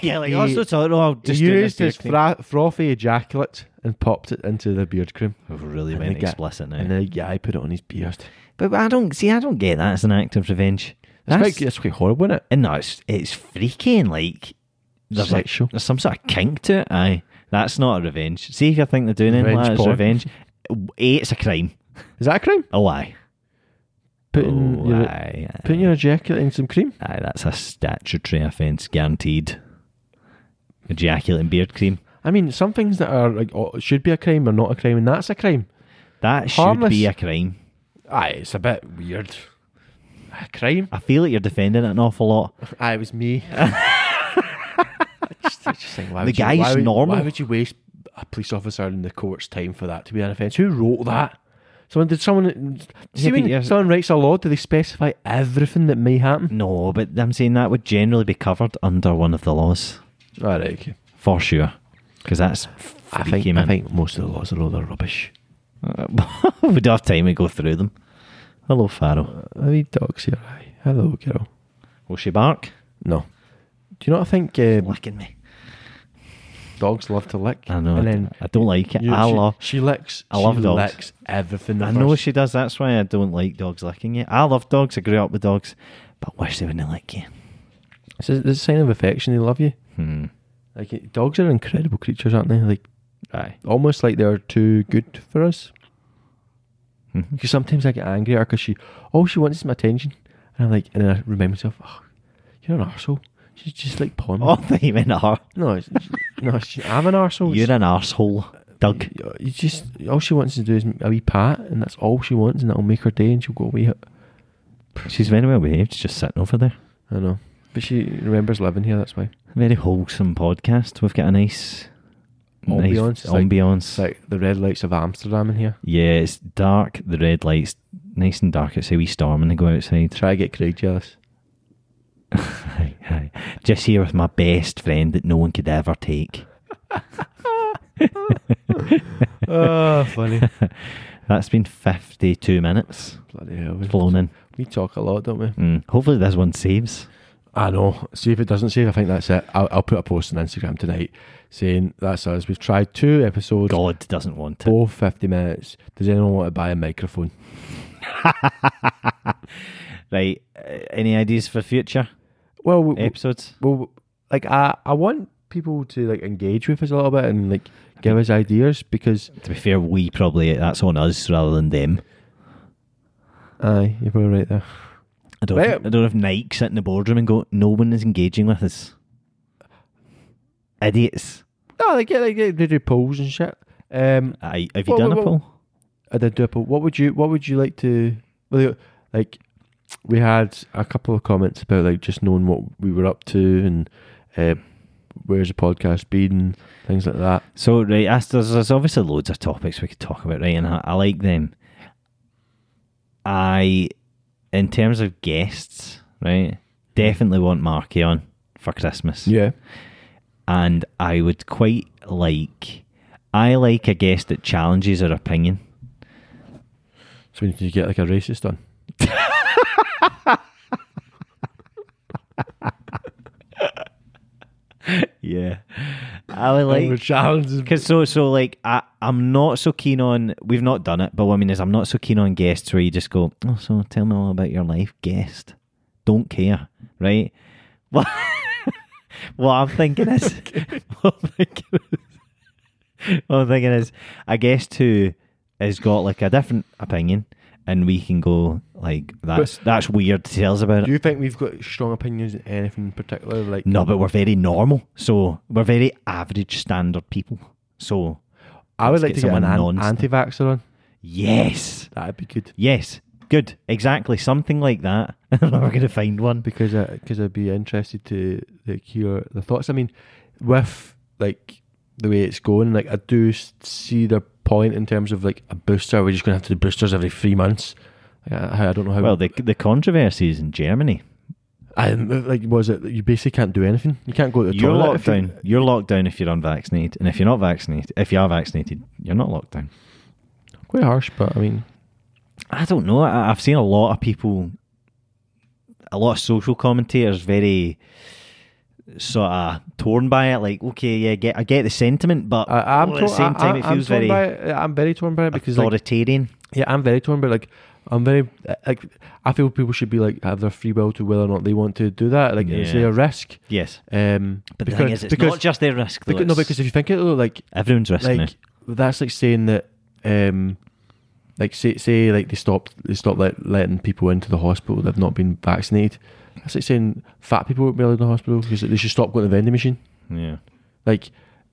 Speaker 2: yeah, like
Speaker 1: He-
Speaker 2: oh, so toilet. Oh,
Speaker 1: He
Speaker 2: just doing
Speaker 1: used
Speaker 2: this
Speaker 1: his
Speaker 2: beard thing.
Speaker 1: fra- frothy ejaculate and popped it into the beard cream,
Speaker 2: We've really
Speaker 1: and
Speaker 2: went
Speaker 1: the guy-
Speaker 2: explicit now.
Speaker 1: and the guy put it on his beard.
Speaker 2: but I don't see. I don't get that as an act of revenge.
Speaker 1: That's, quite, that's quite horrible, isn't it?
Speaker 2: And no, it's it's freaky and like there's like
Speaker 1: Sexual.
Speaker 2: there's some sort of kink to it. Aye, that's not a revenge. See if you think they're doing anything
Speaker 1: Revenge
Speaker 2: like that, it's
Speaker 1: porn.
Speaker 2: revenge. A, it's a crime.
Speaker 1: Is that a crime?
Speaker 2: Oh, aye.
Speaker 1: Putting
Speaker 2: oh,
Speaker 1: your
Speaker 2: aye, aye.
Speaker 1: putting your ejaculate in some cream.
Speaker 2: aye, that's a statutory offence guaranteed. Ejaculate and beard cream.
Speaker 1: I mean, some things that are like oh, should be a crime are not a crime, and that's a crime.
Speaker 2: That
Speaker 1: Harmless.
Speaker 2: should be a crime.
Speaker 1: Aye, it's a bit weird. A <laughs> crime?
Speaker 2: I feel like you're defending it an awful lot.
Speaker 1: <laughs> Aye, it was me. I just, I just think, why
Speaker 2: The
Speaker 1: would you-
Speaker 2: guy's
Speaker 1: why would-
Speaker 2: normal.
Speaker 1: Why would you waste a police officer in the court's time for that to be an offence. Who wrote that? Someone did someone see
Speaker 2: Yeah, but
Speaker 1: when
Speaker 2: yes.
Speaker 1: someone writes a law, do they specify everything that may happen?
Speaker 2: No, but I'm saying that would generally be covered under one of the laws
Speaker 1: All right, okay.
Speaker 2: for sure, because that's
Speaker 1: I
Speaker 2: freaky,
Speaker 1: think I
Speaker 2: man.
Speaker 1: think most of the laws are all the rubbish.
Speaker 2: Uh, <laughs> we don't have time to go through them. Hello, Farrell.
Speaker 1: Uh, wee dog's here. Aye. Hello, girl.
Speaker 2: Will she bark?
Speaker 1: No. Do you know what I think uh,
Speaker 2: Licking me.
Speaker 1: dogs love to lick?
Speaker 2: I know.
Speaker 1: And
Speaker 2: I-
Speaker 1: then
Speaker 2: I don't like it.
Speaker 1: you-
Speaker 2: I
Speaker 1: she,
Speaker 2: love.
Speaker 1: she licks.
Speaker 2: I love
Speaker 1: she
Speaker 2: dogs.
Speaker 1: licks everything.
Speaker 2: <laughs> I know
Speaker 1: first.
Speaker 2: she does. That's why I don't like dogs licking you. I love dogs. I grew up with dogs, but wish they wouldn't lick you.
Speaker 1: It's a, it's a sign of affection. They love you.
Speaker 2: Hmm.
Speaker 1: Like dogs are incredible creatures, aren't they? Like
Speaker 2: Aye.
Speaker 1: almost like they're too good for us.
Speaker 2: Mhm.
Speaker 1: Because sometimes I get angry at her because she, all she wants is my attention, and I'm like, and then I remind myself, oh, you're an arsehole. She's just like pawing. me."
Speaker 2: Oh, <laughs> they even are.
Speaker 1: No, it's, it's- no, it's, I'm an arsehole.
Speaker 2: You're an arsehole, Doug.
Speaker 1: You- You just all she wants to do is a wee pat, and that's all she wants, and that'll make her day, and she'll go away.
Speaker 2: She's very well behaved. She's just sitting over there.
Speaker 1: I know, but she remembers living here. That's why.
Speaker 2: Very wholesome podcast. We've got a nice nice
Speaker 1: Ambiance, it's like-
Speaker 2: ambiance.
Speaker 1: It's like the red lights of Amsterdam in here.
Speaker 2: yeah, it's dark. The red lights, nice and dark. It's a wee storm when I go outside.
Speaker 1: Try to get Craig jealous.
Speaker 2: <laughs>
Speaker 1: <laughs>
Speaker 2: Aye, aye. Just here with my best friend that no one could ever take. Ah,
Speaker 1: oh, funny.
Speaker 2: <laughs> That's been 52 minutes
Speaker 1: Bloody hell. we-
Speaker 2: flown in.
Speaker 1: We talk a lot, don't we?
Speaker 2: Mm. Hopefully, this one saves.
Speaker 1: I know. See if it doesn't save. I think that's it. I'll, I'll put a post on Instagram tonight saying that's us. We've tried two episodes,
Speaker 2: God doesn't want it. <laughs>
Speaker 1: both 50 minutes. Does anyone want to buy a microphone?
Speaker 2: Right. uh, Any ideas for future
Speaker 1: Well, we,
Speaker 2: episodes?
Speaker 1: well like I, I want people to like engage with us a little bit and like give us ideas because
Speaker 2: To be fair, we probably, that's on us rather than them.
Speaker 1: aye, you're probably right there.
Speaker 2: I don't,
Speaker 1: Right.
Speaker 2: I don't know if Nike sit in the boardroom and go, no one is engaging with us. Idiots.
Speaker 1: No, they get like they, they do polls and shit. Um,
Speaker 2: Aye, have you
Speaker 1: Well,
Speaker 2: done
Speaker 1: well,
Speaker 2: a poll?
Speaker 1: I did do a poll. What would you What would you like to? Well, like we had a couple of comments about like just knowing what we were up to and uh, where's the podcast been, things like that.
Speaker 2: So right, that's, there's, there's obviously loads of topics we could talk about, right? And I, I like them. I, in terms of guests, right, definitely want Marky on for Christmas,
Speaker 1: Yeah,
Speaker 2: and I would quite like. I like a guest that challenges our opinion.
Speaker 1: so we need to get like a racist on.
Speaker 2: Yeah, I would
Speaker 1: We're
Speaker 2: like
Speaker 1: challenging.
Speaker 2: because so so like I I'm not so keen on we've not done it, but what I mean is I'm not so keen on guests where you just go oh so tell me all about your life guest, don't care right. <laughs> Well, what I'm thinking is what I'm thinking is what I'm thinking is a guest who has got like a different opinion, and we can go like that's that's weird to tell us about
Speaker 1: <laughs>
Speaker 2: it.
Speaker 1: Do you think we've got strong opinions on anything in particular? Like,
Speaker 2: No, but we're very normal. So we're very average standard people. So
Speaker 1: I would
Speaker 2: let's
Speaker 1: like
Speaker 2: get
Speaker 1: to get an
Speaker 2: someone
Speaker 1: an-
Speaker 2: non-stan-
Speaker 1: anti-vaxxer on.
Speaker 2: yes.
Speaker 1: That'd be good
Speaker 2: Yes. Good. Exactly. Something like that. <laughs> we're going to find one.
Speaker 1: because because I'd be interested to like hear the thoughts. I mean, with like the way it's going, like I do s- see their point in terms of like a booster. We're just going to have to do boosters every three months. Like, I, I don't know how.
Speaker 2: Well, the, the controversies in Germany.
Speaker 1: I like was it you basically can't do anything. You can't go to the
Speaker 2: You're
Speaker 1: toilet.
Speaker 2: locked
Speaker 1: if you-
Speaker 2: down. You're locked down if you're unvaccinated. And if you're not vaccinated, if you are vaccinated, you're not locked down.
Speaker 1: Quite harsh, but I mean,
Speaker 2: I don't know. I, I've seen a lot of people, a lot of social commentators, very sort of torn by it. Like, okay, yeah, get, I get the sentiment, but
Speaker 1: I, I'm
Speaker 2: oh,
Speaker 1: torn,
Speaker 2: at the same time,
Speaker 1: I,
Speaker 2: it
Speaker 1: I'm
Speaker 2: feels
Speaker 1: torn
Speaker 2: very
Speaker 1: by it. I'm very torn by it because like
Speaker 2: authoritarian.
Speaker 1: Yeah, I'm very torn, but like, I'm very like. I feel people should be like have their free will to whether or not they want to do that. Like, it's
Speaker 2: Yeah.
Speaker 1: a risk.
Speaker 2: yes,
Speaker 1: Um,
Speaker 2: but
Speaker 1: because,
Speaker 2: the thing is, it's
Speaker 1: because,
Speaker 2: not just their risk. Though,
Speaker 1: because- no,
Speaker 2: it's-
Speaker 1: because if you think it though, like
Speaker 2: everyone's risking
Speaker 1: like
Speaker 2: it.
Speaker 1: that's like saying that um, like say say like they stopped they stopped let, letting people into the hospital that've not been vaccinated. That's like saying fat people won't be allowed in the hospital because they should stop going to the vending machine.
Speaker 2: Yeah,
Speaker 1: Like,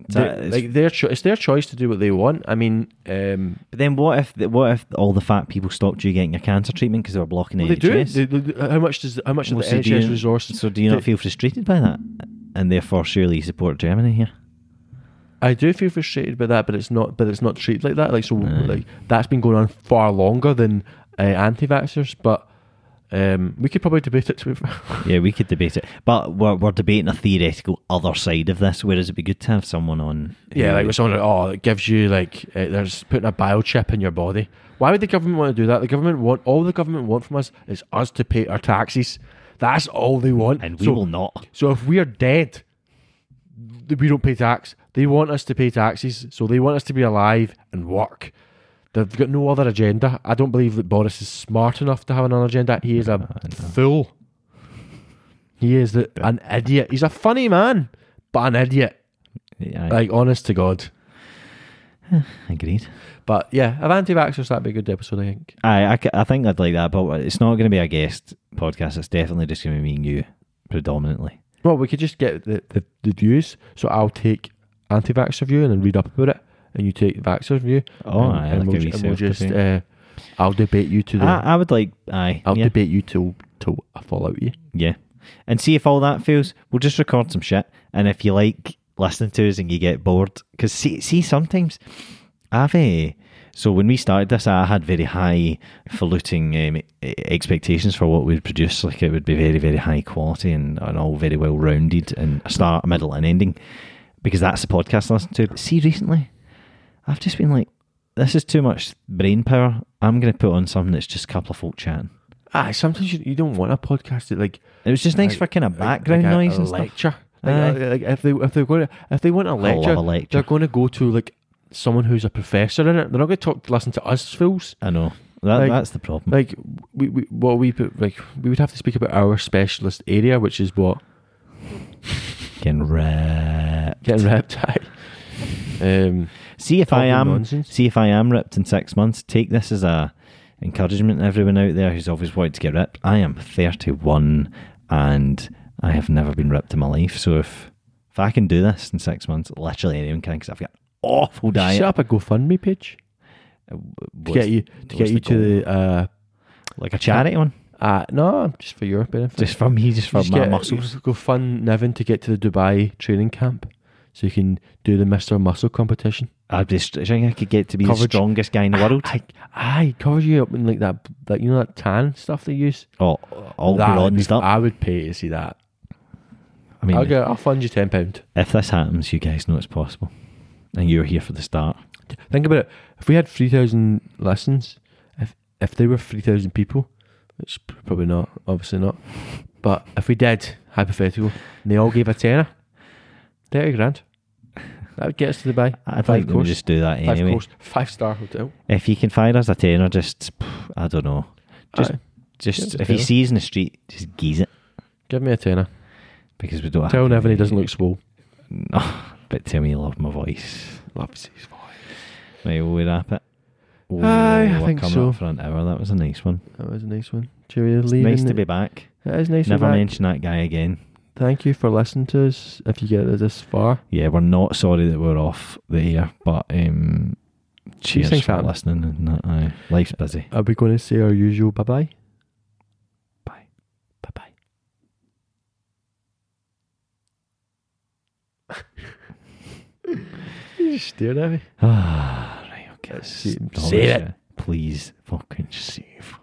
Speaker 2: That
Speaker 1: they-
Speaker 2: is-
Speaker 1: like their cho- it's their choice to do what they want. I mean, um,
Speaker 2: but then what if the, what if all the fat people stopped you getting your cancer treatment because they were blocking
Speaker 1: well,
Speaker 2: the
Speaker 1: they do.
Speaker 2: NHS?
Speaker 1: They, they- how much does how much
Speaker 2: Well,
Speaker 1: of
Speaker 2: so
Speaker 1: the
Speaker 2: do you-
Speaker 1: NHS resources?
Speaker 2: So do you
Speaker 1: they-
Speaker 2: not feel frustrated by that? And therefore, surely you support Germany here.
Speaker 1: I do feel frustrated by that, but it's not. But it's not treated like that. Like so,
Speaker 2: Aye.
Speaker 1: like that's been going on far longer than uh, anti-vaxxers. But um, we could probably debate it. To be fair.
Speaker 2: <laughs> Yeah,
Speaker 1: <laughs>
Speaker 2: we could debate it, but we're, we're debating a theoretical other side of this. Whereas it'd be good to have someone on. who-
Speaker 1: yeah, like with someone like, oh, it gives you like uh, there's putting a biochip in your body. Why would the government want to do that? The government want all the government want from us is us to pay our taxes. That's all they want.
Speaker 2: and we
Speaker 1: So-
Speaker 2: will not.
Speaker 1: So if we are dead, th- we don't pay tax. They want us to pay taxes, so they want us to be alive and work. They've got no other agenda. I don't believe that Boris is smart enough to have another agenda. He is a fool. He is the, an idiot. He's a funny man, but an idiot.
Speaker 2: Yeah, I
Speaker 1: Like honest to God.
Speaker 2: agreed.
Speaker 1: But yeah, if anti-vaxxers that'd be a good episode. I think.
Speaker 2: I, I c- I think I'd like that, but it's not going to be a guest podcast. It's definitely just going to be me and you predominantly.
Speaker 1: Well, we could just get the, the, the views. So I'll take anti-vaxxer view and then read up about it, and you take vaxxer view.
Speaker 2: Oh,
Speaker 1: and,
Speaker 2: aye,
Speaker 1: and
Speaker 2: like
Speaker 1: we'll,
Speaker 2: a
Speaker 1: ju-
Speaker 2: wee
Speaker 1: and we'll just
Speaker 2: self-debate.
Speaker 1: uh, I'll debate you to the
Speaker 2: I, I would like, aye,
Speaker 1: I'll
Speaker 2: yeah,
Speaker 1: debate you till till I fall out you.
Speaker 2: yeah, and see if all that fails. We'll just record some shit, and if you like listening to us and you get bored, because see, see, sometimes I've eh, so when we started this, I had very high faluting um, e- expectations for what we'd produce. Like it would be very, very high quality and, and all very well rounded, and a start, a middle, and ending. Because that's the podcast I listen to. But see, recently, I've just been like, this is too much brain power. I'm going to put on something that's just a couple of folk chatting.
Speaker 1: Ah, sometimes you, you don't want a podcast that like
Speaker 2: It was just nice
Speaker 1: like-
Speaker 2: for kind of
Speaker 1: like-
Speaker 2: background
Speaker 1: like a-
Speaker 2: noise
Speaker 1: a
Speaker 2: and stuff.
Speaker 1: lecture. Like,
Speaker 2: Aye.
Speaker 1: uh, like, if they if they're going to if they want a
Speaker 2: love
Speaker 1: lecture,
Speaker 2: a lecture.
Speaker 1: they're going to go to like someone who's a professor in it. They're not going to talk listen to us fools.
Speaker 2: I know that,
Speaker 1: Like-
Speaker 2: that's the problem.
Speaker 1: Like we, we what we put like we would have to speak about our specialist area, which is what
Speaker 2: Getting ripped.
Speaker 1: getting ripped. <laughs> aye. um,
Speaker 2: See if I
Speaker 1: Talking
Speaker 2: am.
Speaker 1: nonsense.
Speaker 2: See if I am ripped in six months. Take this as a encouragement to everyone out there who's always wanted to get ripped. I am thirty-one, and I have never been ripped in my life. So if if I can do this in six months, literally anyone can, because I've got awful diet.
Speaker 1: set up a GoFundMe page to
Speaker 2: What's-
Speaker 1: get you to get
Speaker 2: what's
Speaker 1: you
Speaker 2: the goal?
Speaker 1: to the uh,
Speaker 2: like a charity
Speaker 1: <laughs>
Speaker 2: one,
Speaker 1: uh no just for your benefit.
Speaker 2: just for me, just for
Speaker 1: Just
Speaker 2: my
Speaker 1: get-
Speaker 2: muscles.
Speaker 1: Go fund Niven to get to the Dubai training camp so you can do the Mr. Muscle competition.
Speaker 2: I'd be. St- I think I could get to be
Speaker 1: Coverage.
Speaker 2: the strongest guy in the world.
Speaker 1: I, I cover you up in like that, like you know that tan stuff they use.
Speaker 2: Oh, all
Speaker 1: That would be-
Speaker 2: bronzed up.
Speaker 1: I would pay to see that.
Speaker 2: I mean,
Speaker 1: I'll go. I'll fund you ten pound.
Speaker 2: If this happens, you guys know it's possible. And you're here for the start.
Speaker 1: Think about it. If we had three thousand lessons, if if there were three thousand people, which p- probably not, obviously not, but if we did hypothetical, and they all gave a tenner, thirty grand, that would get us to Dubai.
Speaker 2: I'd
Speaker 1: Five
Speaker 2: like them to
Speaker 1: course.
Speaker 2: just do that
Speaker 1: Five
Speaker 2: anyway.
Speaker 1: course, five star hotel.
Speaker 2: If you can find us a tenner, just, pff, I don't know. Just,
Speaker 1: Aye.
Speaker 2: just
Speaker 1: Yeah,
Speaker 2: if he
Speaker 1: tenner.
Speaker 2: sees in the street, just geeze it.
Speaker 1: Give me a tenner.
Speaker 2: Because we don't
Speaker 1: Tell
Speaker 2: have
Speaker 1: Nevin he
Speaker 2: any-
Speaker 1: doesn't look swole.
Speaker 2: <laughs> No, but tell me you love my voice.
Speaker 1: Loves his voice.
Speaker 2: Right, will we wrap it? Oh,
Speaker 1: Aye, I
Speaker 2: we're
Speaker 1: think
Speaker 2: coming
Speaker 1: so.
Speaker 2: up for an hour. That was a nice one.
Speaker 1: That was a nice one. Cheerio,
Speaker 2: It's
Speaker 1: leaving.
Speaker 2: nice to be back.
Speaker 1: It is nice to be
Speaker 2: Never
Speaker 1: back.
Speaker 2: mention that guy again.
Speaker 1: Thank you for listening to us. If you get it this far,
Speaker 2: Yeah, we're not sorry that we're off the air, but um, cheers
Speaker 1: things
Speaker 2: for
Speaker 1: happen.
Speaker 2: listening. And that, aye. Life's busy.
Speaker 1: are we going to say our usual bye bye?
Speaker 2: Bye.
Speaker 1: Bye bye. You're just staring at me.
Speaker 2: Ah, <sighs> right, okay.
Speaker 1: Let's see-
Speaker 2: Stop
Speaker 1: save it.
Speaker 2: Please fucking save.